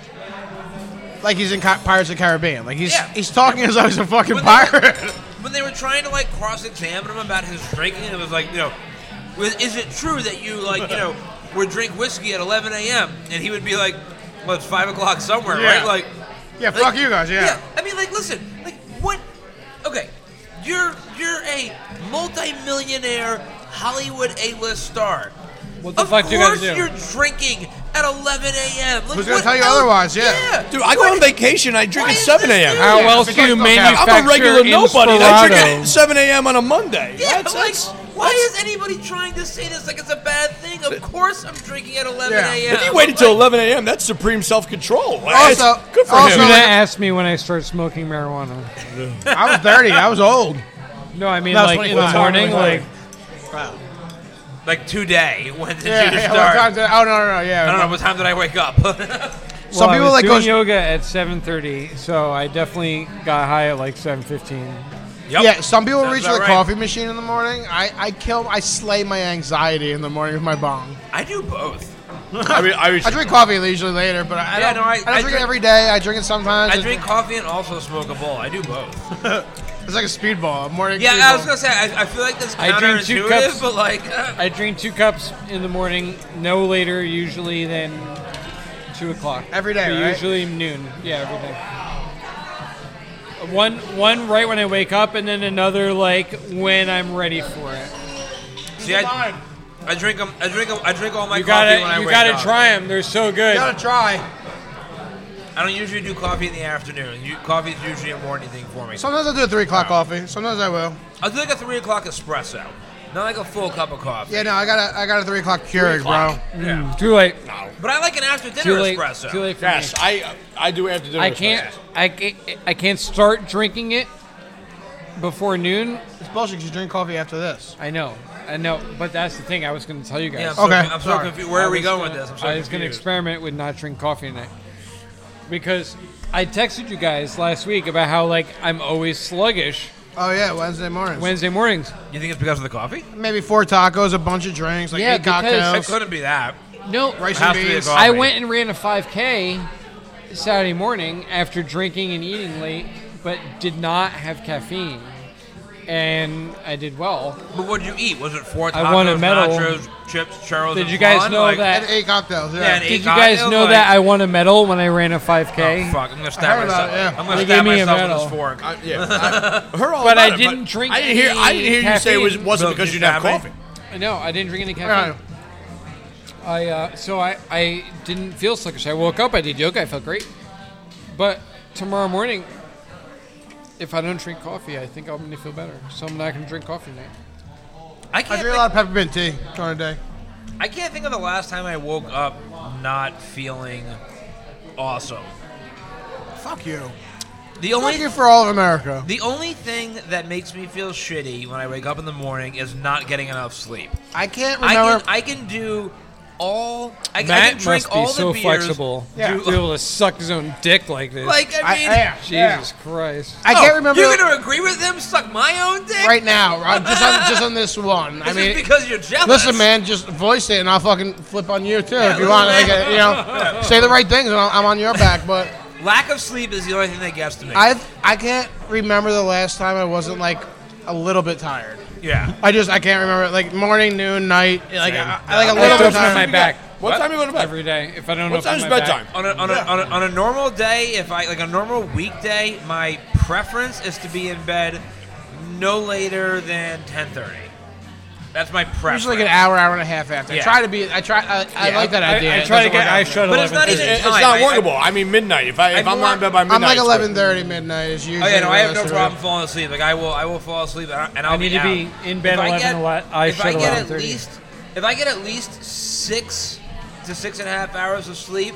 C: like he's in Ca- Pirates of the Caribbean. Like he's
A: Yeah.
C: he's talking as though he's a fucking
A: When they-
C: pirate. *laughs*
A: When they were trying to like cross-examine him about his drinking, it was like, you know, was- is it true that you like, you know, would drink whiskey at 11 a.m. and he would be like, well, it's five o'clock somewhere,
C: Yeah.
A: right? Like,
C: yeah,
A: like-
C: fuck you guys. Yeah.
A: I mean, like, listen, like, what? Okay, you're you're a multimillionaire Hollywood A-list star.
B: What the
A: of
B: fuck do you gotta
A: course
B: do?
A: you're drinking at 11 a.m. Like,
C: Who's gonna
A: what
C: tell you
A: else-
C: otherwise? Yeah.
D: Dude, I go on vacation. I drink
A: why
D: at
A: is
D: 7
A: this
D: a.m.
A: dude-
B: How else
C: but
B: do you
C: guys, okay, I'm
B: manufacture
D: I'm a regular
B: in
D: nobody.
B: *laughs*
D: and I drink it
B: Sperado?
D: at 7 a.m. on a Monday.
A: Yeah,
D: That's-
A: but like,
D: that's-
A: why is
D: that's-
A: anybody trying to say this like it's a bad thing? Of course, I'm drinking at 11
C: Yeah.
A: a.m.
D: If you waited till 11 a.m., that's supreme self-control. Like,
C: Also-
D: it's good for
C: also-
B: Do
D: him.
B: not ask me when I start smoking marijuana.
C: I was dirty. I
A: *laughs*
C: was old.
B: No, I mean
C: That was
B: like in the
C: 25.
B: morning, like
C: Totally.
A: like today, when did
C: Yeah.
A: you
C: yeah,
A: start?
C: what time did- oh no, no, no.
A: I don't know
C: Yeah.
A: what time did I wake up. *laughs*
C: Some
B: well, I
C: people
B: was
C: like
B: doing
C: go.
B: yoga at 7:30, so I definitely got high at like 7:15.
A: Yep.
C: Yeah, some people
A: Sounds
C: reach for
A: about
C: the
A: right.
C: coffee machine in the morning. I, I kill, I slay my anxiety in the morning with my bong.
A: I do both.
D: I mean, I was.
C: I drink coffee usually later, but I
A: Yeah,
C: don't.
A: no, I-
C: I, don't
A: I
C: drink,
A: drink-
C: it every day. I drink it sometimes.
A: I
C: It's-
A: drink coffee and also smoke a bowl. I do
B: *laughs*
A: both.
C: It's like a speedball. A morning.
A: Yeah,
C: speedball.
A: I was gonna say I, I feel like that's
B: I drink two cups.
A: counterintuitive, but like uh,
B: I drink two cups in the morning, no later usually than two o'clock.
C: Every day,
B: But
C: right?
B: Usually noon. Yeah, every day. One one right when I wake up, and then another like when I'm ready for it.
A: see, I, I drink 'em- I drink 'em- I drink all my
B: You
A: coffee when I
B: gotta you
A: wake
B: gotta
A: up.
B: try them. They're so good.
C: You gotta try.
A: I don't usually do coffee in the afternoon. You, coffee is usually a morning thing for me.
C: Sometimes I'll do a three o'clock coffee. Sometimes I will.
A: I'll do like a three o'clock espresso, not like a full cup of coffee.
C: Yeah, no, I got a I got a three o'clock Keurig, bro.
A: Yeah.
B: Too late.
A: But I like an after dinner
B: Mm. Too late.
A: espresso.
B: Too late for
D: Yes,
B: me.
D: I I do after dinner.
B: I can't. I can't. I can't start drinking it before noon.
C: It's bullshit 'cause you drink coffee after this.
B: I know. I know. But that's the thing. I was gonna tell you guys.
A: Yeah, I'm so,
C: Okay.
A: I'm so
C: Sorry.
A: confused. Where are
B: I
A: we
B: was
A: going with
B: gonna-
A: this? I'm so
B: I was going to
A: confused.
B: experiment with not drinking coffee tonight because I texted you guys last week about how like I'm always sluggish
C: Oh yeah, Wednesday mornings.
B: Wednesday mornings.
A: You think it's because of the coffee?
C: Maybe four tacos, a bunch of drinks, like
B: Yeah,
C: eight
B: because-
A: It
C: cocktails,
A: couldn't be that.
B: No,
C: rice
A: Has
C: and
A: to be a
C: beans.
A: coffee.
B: I went and ran a 5K Saturday morning after drinking and eating late, but did not have caffeine, and I did well.
A: But what'd you eat? Was it four tacos,
B: I won a medal.
A: nachos, chips, churros?
B: Did
A: and
B: you guys
A: flan?
B: know
A: Like-
B: that-
C: And eight cocktails.
A: Yeah,
C: Yeah.
A: and
B: Did you
A: God,
B: guys
A: it was
B: know
A: like-
B: that I won a medal when I ran a
A: Oh,
B: 5K?
A: fuck! I'm gonna
C: I
A: stab
C: heard
A: myself.
C: about it, yeah.
A: I'm gonna
B: They
A: stab
B: gave me a
A: myself with this
B: medal.
A: fork.
D: I, yeah, I heard all
B: But
D: about
B: I
D: it,
B: didn't drink
D: I didn't hear. I didn't hear you say it was,
B: caffeine.
D: wasn't
A: Look,
D: because
A: you
D: you didn't have
A: stabbed
D: coffee.
A: me.
B: No, I didn't drink any caffeine.
C: Yeah.
B: I uh, so I, I didn't feel sluggish. I woke up, I did yoga, I felt great. But tomorrow morning, if I don't drink coffee, I think I'm gonna feel better. So I'm not gonna drink coffee tonight.
A: I
C: I
A: can't.
C: drink a
A: Think,
C: lot of peppermint tea during the day.
A: I can't think of the last time I woke up not feeling awesome.
C: Fuck you.
A: The only
C: Thank you for all of America.
A: the only thing that makes me feel shitty when I wake up in the morning is not getting enough sleep.
C: I can't
A: I
C: remember.
A: can I can do all. I, I
B: Matt
A: can drink
B: must be
A: all the
B: so
A: beers.
B: flexible
C: Yeah.
B: to be able to suck his own dick like this.
A: Like I
C: I-
A: mean,
C: yeah,
B: Jesus
C: yeah.
B: Christ!
C: I
A: oh,
C: can't remember
A: You're gonna agree with him? Suck my own dick?
C: right now.
A: *laughs*
C: Right, just on just on this one.
A: This
C: I mean,
A: is because you're jealous.
C: Listen, man, just voice it, and I'll fucking flip on you too if
A: listen,
C: you want. Like,
A: man.
C: uh, you know, say the right things, and I'll- I'm on your back. But
A: Lack of sleep is the only thing that gets to me.
C: I, I can't remember the last time I wasn't like a little bit tired.
A: yeah.
C: I just, I can't remember. Like morning, noon, night, like, I, I- like a
B: I
C: little
B: have to
C: bit
B: open up my
C: tired.
B: back
D: What time you going to bed?
B: every day if I don't.
D: What
B: open
D: time's
B: my
D: bedtime?
B: Back.
A: On a, on, a, on, a, on a normal day, if I like a normal weekday, my preference is to be in bed no later than 10:30. That's my preference.
C: Usually like an hour, hour and a half after.
A: Yeah.
C: I try to be. I try. I, I like that
B: I-
C: idea.
B: I,
C: It
B: try to
C: doesn't
B: get.
C: work
B: I
C: out.
B: shut
A: But
B: up.
A: it's not even-
D: It's, it's
A: Time, I-
D: not workable. I, mean, midnight. If I if
A: I'm
D: I'm not in
A: more-
D: bed by midnight,
C: I'm like
D: it's
C: eleven
D: perfect.
C: thirty midnight is usually.
A: Oh yeah, no, I have no
C: realistic.
A: problem falling asleep. Like I will, I will fall asleep, and I- and I'll
B: I need
A: be
B: to be
A: out.
B: in bed
A: If I
B: 11
A: get-
B: a lot- I
A: if
B: shut
A: I get at
B: 11:30.
A: least, if I get at least six to six and a half hours of sleep,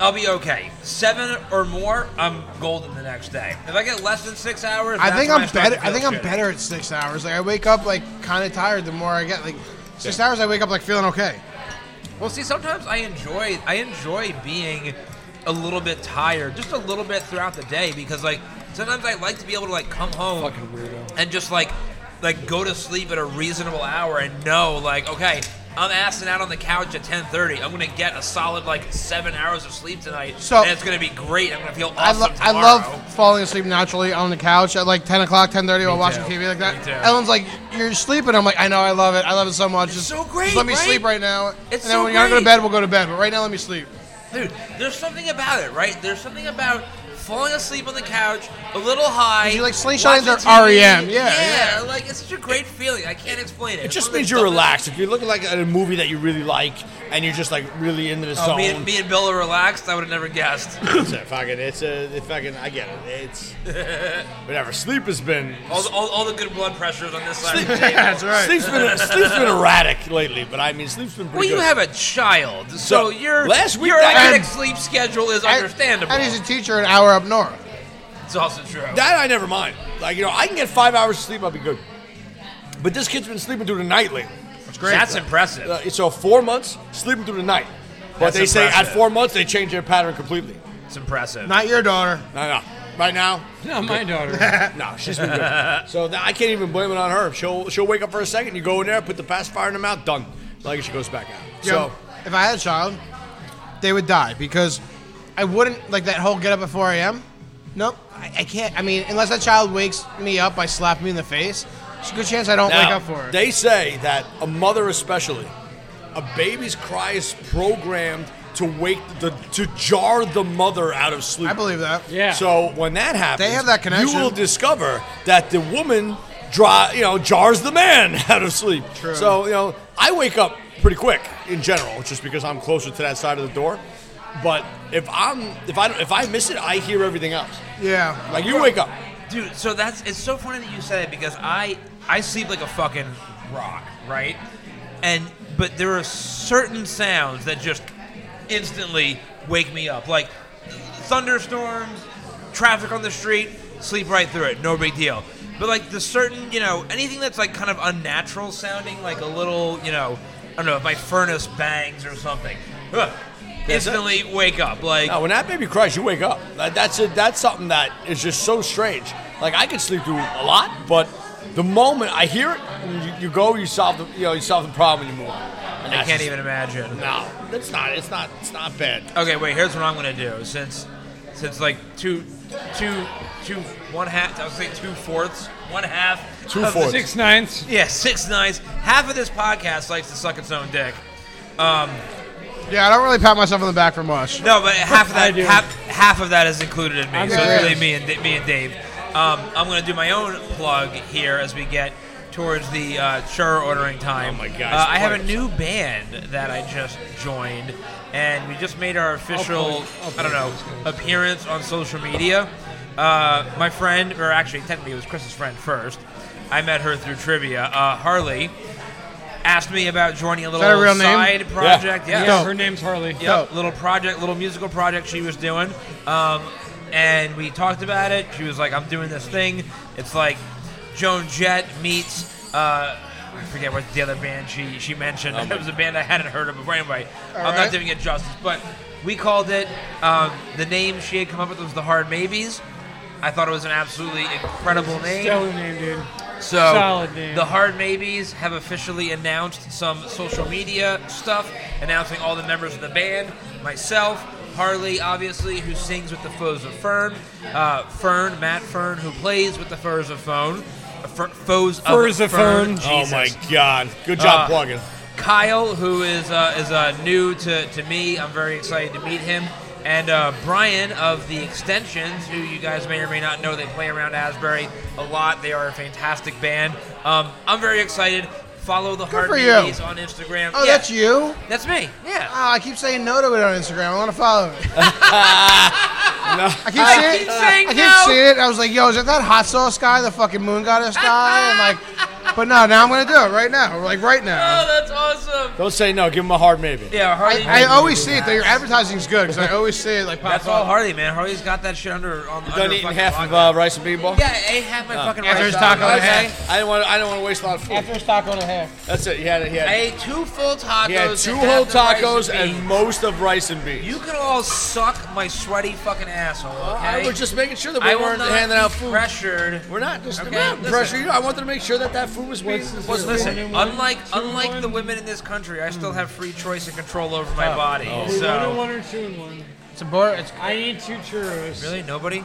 A: I'll be okay. Seven or more, I'm golden the next day. If I get less than six hours,
C: I
A: that's
C: think
A: when
C: I'm
A: start to
C: better. I
A: feel
C: think I'm
A: shitty.
C: better at six hours. Like I wake up like kind of tired. The more I get, like six hours, I wake up like feeling okay.
A: Well, see, sometimes I enjoy I enjoy being a little bit tired, just a little bit throughout the day, because like sometimes I like to be able to like come home
B: Fucking weirdo.
A: and just like like go to sleep at a reasonable hour and know like okay. I'm assing out on the couch at 10:30. I'm gonna get a solid like seven hours of sleep tonight,
C: So-
A: and it's gonna be great. I'm gonna feel
C: I,
A: awesome
C: lo- I
A: tomorrow.
C: love falling asleep naturally on the couch at like 10 o'clock, 10.30 while watching
A: too.
C: TV like
A: Me
C: that.
A: too.
C: Ellen's like, you're sleeping. I'm like, I know, I love it. I love it so much. just,
A: so great,
C: just let me
A: right?
C: sleep right now.
A: It's
C: and then
A: so
C: when you want to go
A: great.
C: to bed, we'll go to bed. But right now, let me sleep.
A: Dude, there's something about it, right? There's something about falling asleep on the couch, a little high.
C: You, like, slingshot into
A: watching TV.
C: R.E.M., yeah,
A: yeah, like it's such a great feeling. I can't explain it.
D: It
A: It's
D: just
A: one of the
D: means you're
A: dumbest-
D: relaxed. If you're looking like at a movie that you really like and you're just like really into the
A: Oh,
D: song.
A: me, and, me and Bill are relaxed. I would have never guessed.
D: It's a fucking. It's a. It fucking. I get it. It's whatever. Sleep has been.
A: All the, all, all the good blood pressures on this side. of the table.
C: That's right.
D: Sleep's been. sleep's been erratic lately, but I mean, sleep's been. Pretty
A: Well, you have
D: good.
A: a child, so,
D: So,
A: your
D: last week
A: your
D: that-
A: erratic
C: And-
A: sleep schedule is
C: I-
A: understandable.
C: And he's a teacher an hour up north.
A: it's also true.
D: That I never mind. Like you know, I can get five hours of sleep. I'll be good. But this kid's been sleeping through the night lately.
A: That's impressive.
D: Uh, so four months sleeping through the night. But
A: That's
D: they say
A: impressive.
D: at four months they change their pattern completely.
A: It's impressive.
C: Not your daughter.
D: No, no. right now.
B: Not my daughter.
D: no, she's been
C: *laughs*
D: good. So th- I can't even blame it on her. She'll she'll wake up for a second. You go in there, put the pacifier in her mouth, done. Like she goes back out.
C: You
D: So
C: know, if I had a child, they would die because I wouldn't like that whole get up at 4 a.m. Nope, I, I can't. I mean, unless that child wakes me up by slapping me in the face, it's a good chance I don't wake
D: Now,
C: up for it.
D: They say that a mother, especially, a baby's cry is programmed to wake the to jar the mother out of sleep.
C: I believe that.
B: Yeah.
D: So when that happens,
C: They have that connection.
D: You will discover that the woman dry, you know, jars the man *laughs* out of sleep.
C: True.
D: So you know, I wake up pretty quick in general, just because I'm closer to that side of the door. But if I'm if I if I miss it, I hear everything else.
C: Yeah.
D: Like you wake up.
A: dude. So that's it's so funny that you said it because I I sleep like a fucking rock, right? And but there are certain sounds that just instantly wake me up, like thunderstorms, traffic on the street. Sleep right through it, no big deal. But like the certain, you know, anything that's like kind of unnatural sounding, like a little, you know, I don't know, if my furnace bangs or something, ugh,
D: That's it. Oh,
A: instantly wake up. Like
D: No, when that baby cries, you wake up. That- That's it. That's something that is just so strange. Like I could sleep through a lot, but the moment I hear it, you, you go, you solve the, you know, you solve the problem, and you move on. And
A: I
D: that's
A: can't
D: just-
A: even imagine.
D: No, it's not. It's not. It's not bad.
A: Okay, wait. Here's what I'm gonna do. Since, since like two, two, two, one half. I was say two fourths, one half.
D: Two
A: of the-
D: fourths.
B: Six ninths.
A: yeah, six nines. Half of this podcast likes to suck its own dick.
C: Yeah, I don't really pat myself on the back for much.
A: No, but half of
B: I
A: that,
B: do.
A: half, half of that is included in me.
B: I'm
A: so it's
B: impressed.
A: really me and me and Dave. Um, I'm gonna do my own plug here as we get towards the uh, churro ordering time.
D: Oh my gosh,
A: Uh, I have a
D: plugs.
A: new band that I just joined, and we just made our official,
B: plug- I'll
A: I don't
B: plug
A: know,
B: those guys.
A: appearance on social media. Uh, my friend, or actually technically it was Chris's friend first. I met her through trivia. Uh, Harley asked me about joining a little
C: that her real name?
A: side project. Yeah.
B: Yeah, her name's Harley.
A: Yep, little project, little musical project she was doing. Um, and we talked about it. She was like, I'm doing this thing. It's like Joan Jett meets, uh, I forget what the other band she, she mentioned. *laughs* it was a band I hadn't heard of before. Anyway, I'm not
C: right.
A: doing it justice. But we called it, um, the name she had come up with was The Hard Maybes. I thought it was an absolutely incredible name.
B: Stellar name, dude.
A: So
B: Solid name.
A: the Hard Maybes have officially announced some social media stuff, announcing all the members of the band, myself, Harley, obviously, who sings with the Foes of Fern, uh, Fern, Matt Fern, who plays with the Foes of Fern, uh, Fer- Foes of
B: Furs of
A: Fern.
B: Fern.
D: Oh
A: Jesus.
D: my God! Good job
A: Uh,
D: plugging.
A: Kyle, who is uh, is uh, new to, to me. I'm very excited to meet him. And uh, Brian of the Extensions, who you guys may or may not know, they play around Asbury a lot. They are a fantastic band. Um, I'm very excited. Follow the Hard
C: for you.
A: Babies on Instagram.
C: Oh,
A: Yeah,
C: that's you?
A: That's me. Yeah.
C: Oh, I keep saying no to it on Instagram. I want to follow it.
A: *laughs*
C: I keep
A: I
C: seeing
A: keep
C: it.
A: saying
C: I keep
A: no.
C: seeing it. I was like, yo, is it that hot sauce guy, the fucking moon goddess guy? And
A: *laughs*
C: like, but no, now I'm gonna do it right now. Like right now.
A: Oh, that's awesome.
D: Don't say no. Give him a hard maybe.
A: Yeah, Harley.
C: I always see it. That your advertising's good because I always see it. Like
A: that's
C: pops
A: all
C: up.
A: Harley, man. Harley's got that shit under on
D: Done
A: under
D: eating
A: fucking
D: half
A: lock.
D: of uh, rice and meatball.
A: Yeah, I ate half my fucking
C: After
A: rice
C: his
A: dog.
C: taco and a
A: Okay.
C: half.
D: I didn't want. I don't want to waste a lot of food.
C: After his taco and a half.
D: That's it. He had. He
A: I
D: had.
A: ate two full tacos.
D: He had
A: and
D: two
A: half
D: whole
A: the rice
D: tacos
A: beans.
D: and most of rice and beans.
A: You can all suck my sweaty fucking asshole. Okay?
D: I was just making sure that we
A: I will
D: weren't
A: not
D: handing
A: be
D: out food.
A: pressured.
D: We're not just
A: Okay,
D: we're not
A: listen.
D: pressure you. I wanted to make sure that that food was being was
A: Listen,
D: listening.
A: unlike unlike the women in this country, I still have free choice and control over
C: Oh,
A: my body.
B: One and
A: So
B: one or two and one.
C: It's a bar. It's,
B: I need two churros.
A: really, nobody.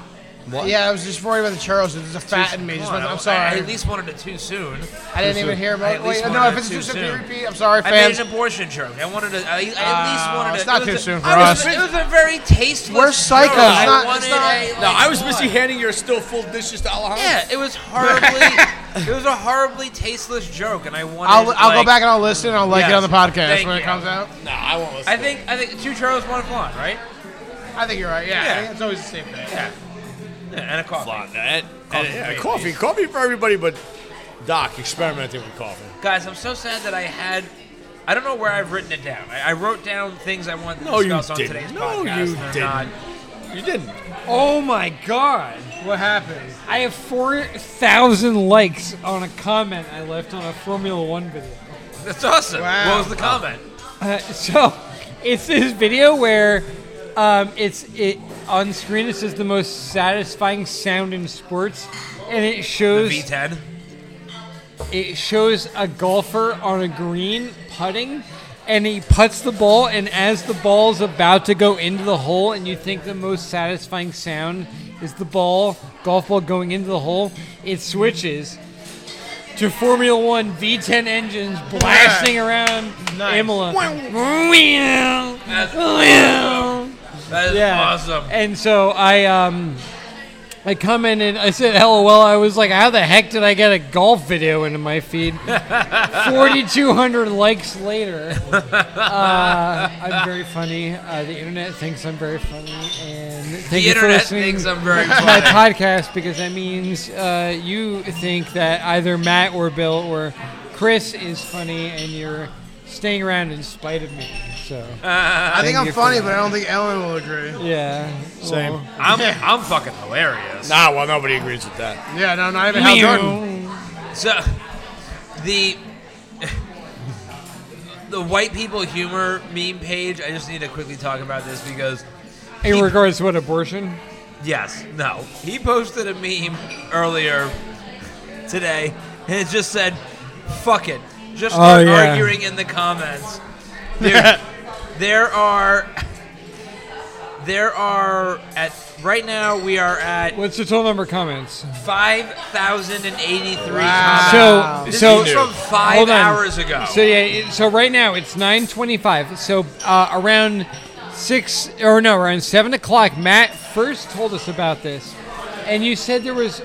C: yeah, I was just worried about the churros. There's a fat in me. Just
A: Come on,
C: wasn't-
A: I-
C: I'm sorry.
A: I,
C: I,
A: at least wanted it too soon.
C: didn't even hear
A: I
C: about.
A: at
C: it.
A: least
C: Wait, no,
A: wanted
C: if it's
A: it
C: too
A: too
C: soon,
A: soon.
C: repeat. I'm sorry,
A: I made
C: fans.
A: an abortion joke. I wanted to. I, I at least
C: Ah,
A: wanted.
C: it's
A: to,
C: not
A: it
C: too
A: was a-
C: soon for
A: I was-
C: us.
A: it was a very tasteless.
C: We're psychos,
A: joke.
C: not-
A: I
C: it's
A: wanted
C: not-
A: a, like,
D: No, I was busy
A: what?
D: handing your still full dishes to Alejandro.
A: Yeah, it was
C: *laughs*
A: horribly. it was a horribly tasteless joke, and I wanted.
C: I'll, I'll go
A: like-
C: back and I'll listen. and I'll like
A: Yes.
C: it on the podcast
A: Thank
C: when it
A: you.
C: comes out.
D: No, I won't listen.
A: I think I think two churros, one flan, right?
C: I think you're right. Yeah,
A: Yeah.
C: I think it's always the same thing.
A: Yeah. and a coffee.
D: Flan, and,
A: Coffee,
D: coffee, yeah,
A: please.
D: coffee, coffee for everybody, but Doc experimenting with coffee.
A: Guys, I'm so sad that I had. I don't know where I've written it down. I, I wrote down things I want to
D: No, you
A: discuss on
D: didn't.
A: today's
D: No,
A: podcast.
D: you
A: and they're
D: didn't.
A: not.
D: You didn't.
B: Oh my god.
C: What happened?
B: I have 4,000 likes on a comment I left on a Formula One video.
A: That's awesome.
C: Wow.
A: What was the comment?
B: Uh, so it's this video where um, it's it on screen it says the most satisfying sound in sports, and it shows
A: The V10.
B: it shows a golfer on a green putting and he puts the ball and as the ball's about to go into the hole and you think the most satisfying sound is the ball golf ball going into the hole it switches to formula 1 v10 engines blasting around
C: Nice.
B: imola
A: That's awesome. That is
B: yeah.
A: awesome.
B: And so I um I commented, I said LOL, I was like, how the heck did I get a golf video into
A: *laughs*
B: my feed? Forty two hundred likes later. Uh, I'm very funny. Uh, the internet thinks I'm very funny and thank
A: The
B: you for
A: internet
B: listening
A: thinks I'm
D: *laughs*
A: very
B: to my
A: funny.
B: podcast because that means uh, you think that either Matt or Bill or Chris is funny and you're staying around in spite of me. So
H: I think
B: Thank
H: I'm
B: you for
H: funny,
B: that.
H: but I don't think Ellen will agree.
B: yeah.
D: Same.
B: well,
A: I'm, I'm fucking hilarious.
D: Nah, well, nobody agrees with that.
H: Yeah, no, not even Hal Jordan.
A: So the *laughs* the white people humor meme page. I just need to quickly talk about this because
B: in regards to what abortion?
A: Yes. No. He posted a meme earlier today, and it just said, "Fuck it." Just
B: Oh,
A: start
B: yeah.
A: arguing in the comments.
B: *laughs*
A: There, there are, there are at right now we are at
B: What's the total number of comments?
A: five thousand and eighty-three
B: So,
A: comments. Uh, This
B: so
A: is from five
B: hold on.
A: hours ago.
B: So yeah, it- so right now it's nine twenty-five. So uh, around six or no, around seven o'clock. Matt first told us about this, and you said there was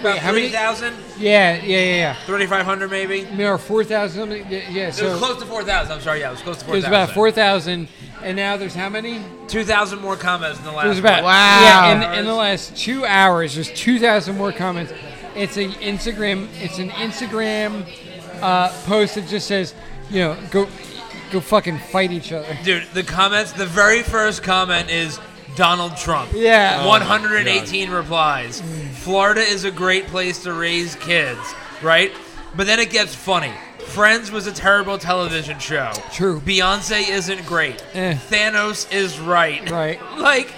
A: About
B: wait, how many?
A: 3,000?
B: Yeah, yeah, yeah,
A: 3,500 maybe. It
B: yeah. Or four thousand something. Yeah, yeah,
A: was
B: so
A: close to four thousand. I'm sorry. Yeah, it was close to four
B: there's
A: thousand.
B: about four thousand, and now there's how many?
A: Two thousand more comments than the last.
B: There's about
A: one.
B: yeah. In, in the last two hours, there's two thousand more comments. It's an Instagram. It's an Instagram uh, post that just says, you know, go, go fucking fight each other. *laughs*
A: Dude, the comments, the very first comment is Donald Trump.
B: Yeah.
A: 118 replies. Florida is a great place to raise kids, right? But then it gets funny. Friends was a terrible television show.
B: True.
A: Beyonce isn't great.
B: Eh.
A: Thanos is right.
B: Right.
A: *laughs* Like,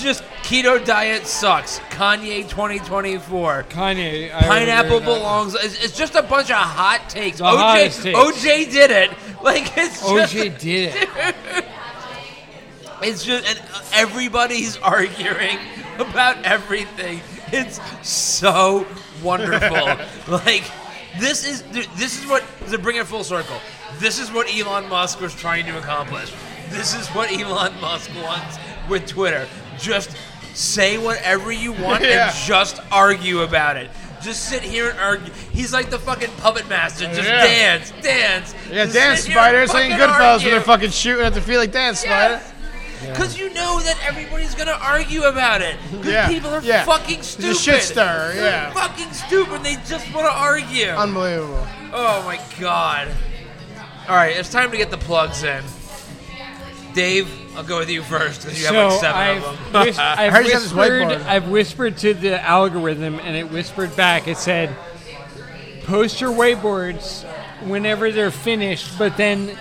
A: just keto diet sucks. Kanye 2024.
B: Kanye. I
A: Pineapple
B: remember that.
A: belongs. It's, it's just a bunch of hot takes.
B: The hottest
A: OJ,
B: takes.
A: OJ did it. *laughs* Like it's just
B: OJ did it.
A: it's just, and uh, everybody's *laughs* arguing about everything. It's so
H: *laughs*
A: wonderful. like, this is dude, this is what to bring it full circle. This is what Elon Musk was trying to accomplish. This is what Elon Musk wants with Twitter. Just say whatever you want
H: Yeah.
A: and just argue about it. Just sit here and argue. He's like the fucking puppet master. Just
H: Yeah.
A: dance, dance.
H: Yeah,
A: Just
H: dance
A: sit here and
H: spider. It's like in
A: fucking
H: Goodfellas when
A: argue.
H: they're fucking shooting at the feet like dance spider.
A: Because you know that everybody's gonna argue about it. Because
H: Yeah,
A: people are
H: yeah.
A: fucking
H: It's
A: stupid.
H: a shit stir,
A: They're
H: yeah. Um,
A: fucking stupid. They just want to argue.
H: Unbelievable.
A: oh my god. All right, it's time to get the plugs in. Dave, I'll go with you first because you
B: so
A: have like 7 of
B: I've,
A: them. *laughs*
B: *laughs* whis- I've
H: heard you have this
B: whispered.
H: whiteboard.
B: I've whispered to the algorithm, and it whispered back. It said, "Post your whiteboards whenever they're finished, but then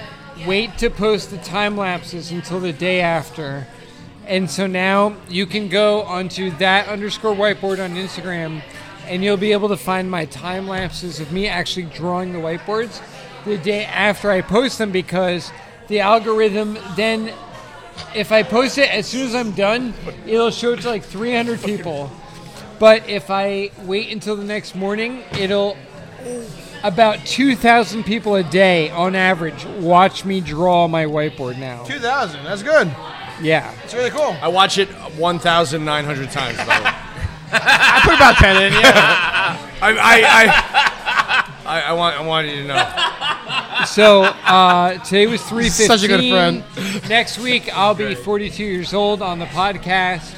B: wait to post the time lapses until the day after." And so now you can go onto that underscore whiteboard on Instagram, and you'll be able to find my time lapses of me actually drawing the whiteboards the day after I post them because the algorithm then if I post it as soon as I'm done, it'll show it to like 300 people. But if I wait until the next morning, it'll about 2,000 people a day on average watch me draw my whiteboard now.
H: 2000. That's good.
B: Yeah.
H: It's really cool.
D: I watch it 1,900 times, by the way.
H: *laughs* I put about 10 in, yeah.
D: I, I, I, I, I, want, I wanted you to know.
B: So uh, today was 315.
H: Such a good friend.
B: Next week, I'll be 42 years old on the podcast.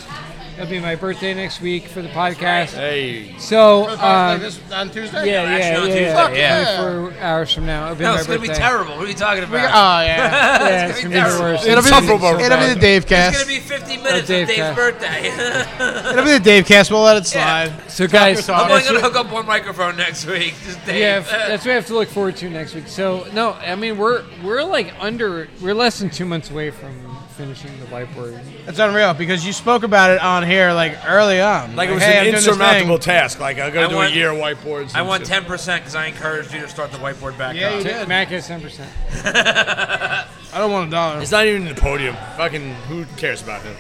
B: It'll be my birthday next week for the podcast.
D: Hey.
B: So,
H: like
B: um,
H: this on Tuesday?
B: yeah,
A: Actually,
B: yeah,
A: on
B: yeah,
A: Tuesday,
B: yeah.
H: yeah.
B: 24 hours from now. It'll be
A: No,
B: my
A: it's gonna be
B: birthday.
A: terrible. What are you talking
H: We- *laughs* Oh,
A: about?
B: *laughs*
H: yeah.
B: Yeah,
A: It's
B: it's
A: gonna
B: gonna
A: be
B: be
A: terrible.
B: worse.
H: It'll be,
D: Insufferable.
H: the, it'll be the Dave
A: It's
H: cast.
A: gonna be 50 minutes
B: Oh, Dave
A: of Dave's
B: Cat.
A: birthday. *laughs*
H: It'll be the Dave cast. We'll let it
A: Yeah.
H: slide.
B: so, guys,
H: yourself.
A: I'm only
B: that's
A: gonna
B: what,
A: hook up one microphone next week. Just Dave.
B: yeah,
A: *laughs*
B: f- that's what we have to look forward to next week. So, no, I mean we're we're like under we're less than two months away from finishing the light word.
H: It's unreal because you spoke about it on here like early on.
D: Like it was
H: hey, I'm
D: an
H: doing this thing.
D: insurmountable task. Like I
A: I
D: gotta do
A: want-
D: a year of whiteboards.
A: I
D: and
B: *laughs*
A: want
D: shit.
A: ten percent because I encouraged you to start the whiteboard back
C: Yeah,
A: up.
C: you-
B: T- Mac has ten percent.
H: I don't want a dollar.
D: It's not even in the podium. Fucking who cares about him?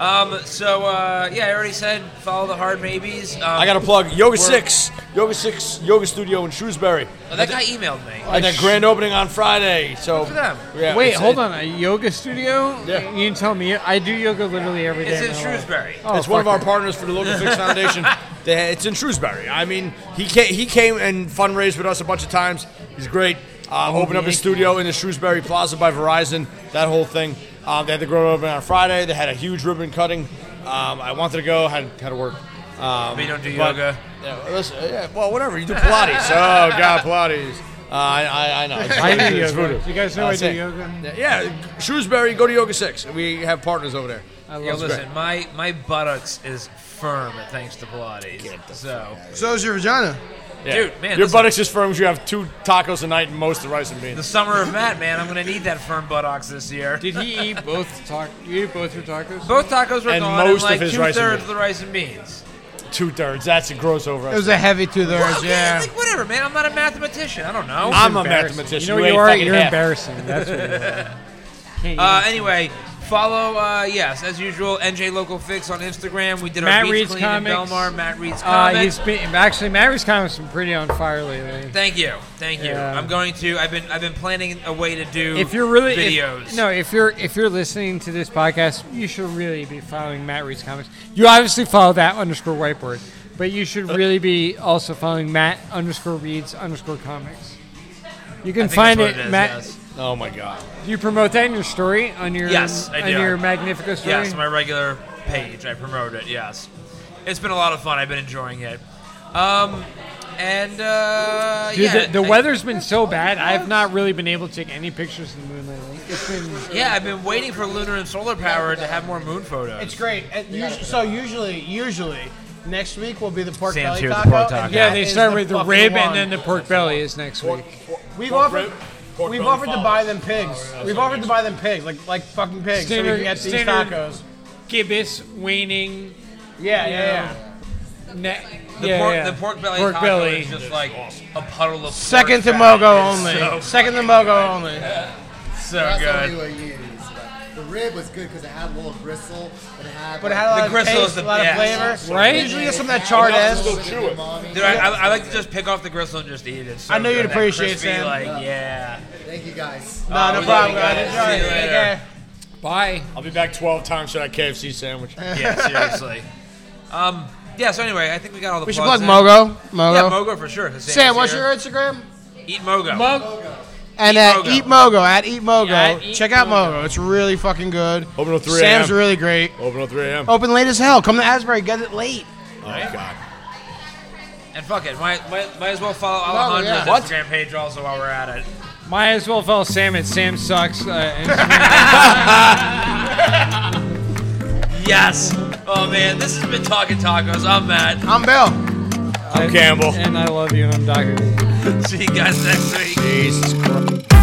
A: Um, so uh, yeah, I already said follow the hard maybes. Um,
D: I gotta plug Yoga
A: we're-
D: Six, Yoga Six Yoga Studio in Shrewsbury,
A: Oh, that guy emailed me.
D: and then grand opening on Friday. So
A: Look at them.
D: yeah,
B: Wait,
D: it's-
B: hold
D: it-
B: on. A yoga studio?
D: Yeah.
B: You didn't tell me. I do yoga literally every day.
A: It's
B: of
A: in
B: my life.
A: Shrewsbury.
B: Oh,
D: it's one of
B: fuck
D: our
B: it.
D: partners for the Local Fix
B: *laughs*
D: Foundation. They- it's in Shrewsbury. I mean, he came, he came and fundraised with us a bunch of times. He's great. Uh, opened up his studio in the Shrewsbury Plaza by Verizon. That whole thing. Um, they had the grand opening on Friday. They had a huge ribbon cutting. Um, I wanted to go. Had had to work. Um,
A: We don't do
D: but-
A: yoga.
D: Yeah, well, listen, yeah, well, whatever. You
B: *laughs*
D: do Pilates. oh God, Pilates. Uh, I, I, I know. It's
B: I do
D: voodoo. It's
B: yoga.
D: voodoo.
B: You guys know I
D: That's
B: do
D: it.
B: yoga.
D: Yeah, Shrewsbury. Go to Yoga Six. We have partners over there.
B: I
A: Yo,
B: love it.
A: listen, my my buttocks is firm thanks to Pilates. so,
H: So is your vagina.
D: Yeah.
A: Dude, man,
D: your
A: listen.
D: buttocks just firms. You have two tacos a night and most of the rice and
A: the
D: beans.
A: summer of Matt, man, I'm gonna need that firm buttocks this year.
B: Did he eat both ta- you eat both your tacos?
A: Both tacos were
D: And
A: gone,
D: most of
A: and like
D: his
A: two
D: rice and
A: thirds
D: beans.
A: of the rice and beans.
D: Two thirds. That's a gross over.
H: It was a heavy two thirds.
A: Okay,
H: yeah.
A: like whatever, man. I'm not a mathematician. I don't know.
D: I'm a
B: Embarrassing.
D: mathematician.
B: You know what
D: ain't
B: you are?
D: fucking
B: You're
D: half.
B: embarrassing. That's what you are. Can't
A: Uh,
B: eat.
A: anyway, follow uh, yes as usual NJ Local Fix on Instagram. We did
B: Matt
A: our beach
B: Reed's
A: clean
B: comics.
A: in Belmar. Matt Reed's
B: Uh,
A: comics.
B: he's been actually Mary's comments been pretty on fire lately.
A: Thank you, thank you.
B: Yeah.
A: I'm going to. I've been. I've been planning a way to do.
B: If you're really if-
A: videos,
B: no, if you're if you're listening to this podcast, you should really be following Matt Reed's comments. You obviously follow that underscore whiteboard, but you should really be also following Matt underscore Reed's underscore comics. You can
A: I think
B: find
A: that's
B: it,
A: what it is,
B: Matt.
A: yes.
D: Oh my god.
B: Do you promote that in your story on your
A: Yes, I
B: on
A: do.
B: your Magnifico story?
A: Yes, my regular page. I promote it. Yes, it's been a lot of fun. I've been enjoying it. Um, and uh,
B: Dude,
A: yeah,
B: the, the
A: I-
B: weather's been so bad. I've not really been able to take any pictures in the moon lately. It's been
A: Yeah, I've been waiting for lunar and solar power to have more moon photos.
C: It's great. And usu- so usually, usually next week will be the pork
A: Sam's
C: belly
A: here with
C: taco.
A: the pork
C: and
A: taco.
B: yeah.
C: that
B: They
C: is
B: start with the
C: fucking
B: rib
C: one.
B: and then the pork belly is next week.
C: We've
D: Pork
C: offered.
D: rib- pork
C: We've
D: belly
C: offered to
D: follows.
C: buy them pigs. We've offered to buy them pigs, like like fucking pigs, so we
B: Standard-
C: can get these
B: standard-
C: tacos.
B: Gibbous, weaning,
C: Yeah, yeah, yeah.
B: neck.
A: The,
B: yeah,
A: pork,
B: yeah.
A: the pork belly
B: Pork
A: taco
B: belly.
A: is just like a puddle of
H: Second to
A: pork
H: Mogo
A: fat. It's
H: only.
A: So,
H: Second to Mogo only.
A: so
I: That's how
A: good.
I: we were used. But the rib was good because it had a little bristle. It had.
C: But it had a lot
A: The
C: of
A: gristle
C: taste,
A: is the
C: a lot of
A: best.
C: flavor.
B: Right?
C: Usually it's some of that
I: charred
C: charred ass.
A: Dude, I, I, I like to just pick off the gristle and just eat it. It's so
C: I know
A: good.
C: you'd
A: That
C: appreciate
A: crispy,
C: Sam.
A: Like, yeah.
I: Thank you guys.
C: No, no
A: we love
C: problem,
A: you guys.
C: guys.
A: See you
C: Take
A: later.
C: care.
B: Bye.
D: I'll be back 12 times for that KFC sandwich.
A: Yeah, seriously. um, yeah, so anyway, I think we got all the
H: We should plug
A: plugs in.
H: Mogo. Mogo.
A: Yeah, Mogo for sure. 'cause
H: Sam,
A: Sam's
H: what's
A: here.
H: your Instagram?
A: Eat Mogo.
H: And
A: Eat
H: at
A: Mogo.
H: Eat Mogo, at Eat Mogo.
B: Yeah, at Eat
H: Check out
B: Mogo.
H: Mogo. It's really fucking good.
D: Open till 3
H: Sam's
D: a.m.
H: really great.
D: Open at 3 a.m.
C: Oh.
H: Open late as hell. Come to Asbury, get it late.
D: Oh god.
A: and fuck it, might, might, might as well follow Alejandra's
H: yeah.
D: What?
A: Instagram page also while we're at it.
B: Might as well follow Sam at Sam sucks. Uh, Instagram.
A: Yes. Oh man, this has been Talking Tacos. I'm Matt.
H: I'm Bill.
D: Campbell.
B: and I love you, and I'm Doctor.
A: See you guys next week.
D: Jesus Christ.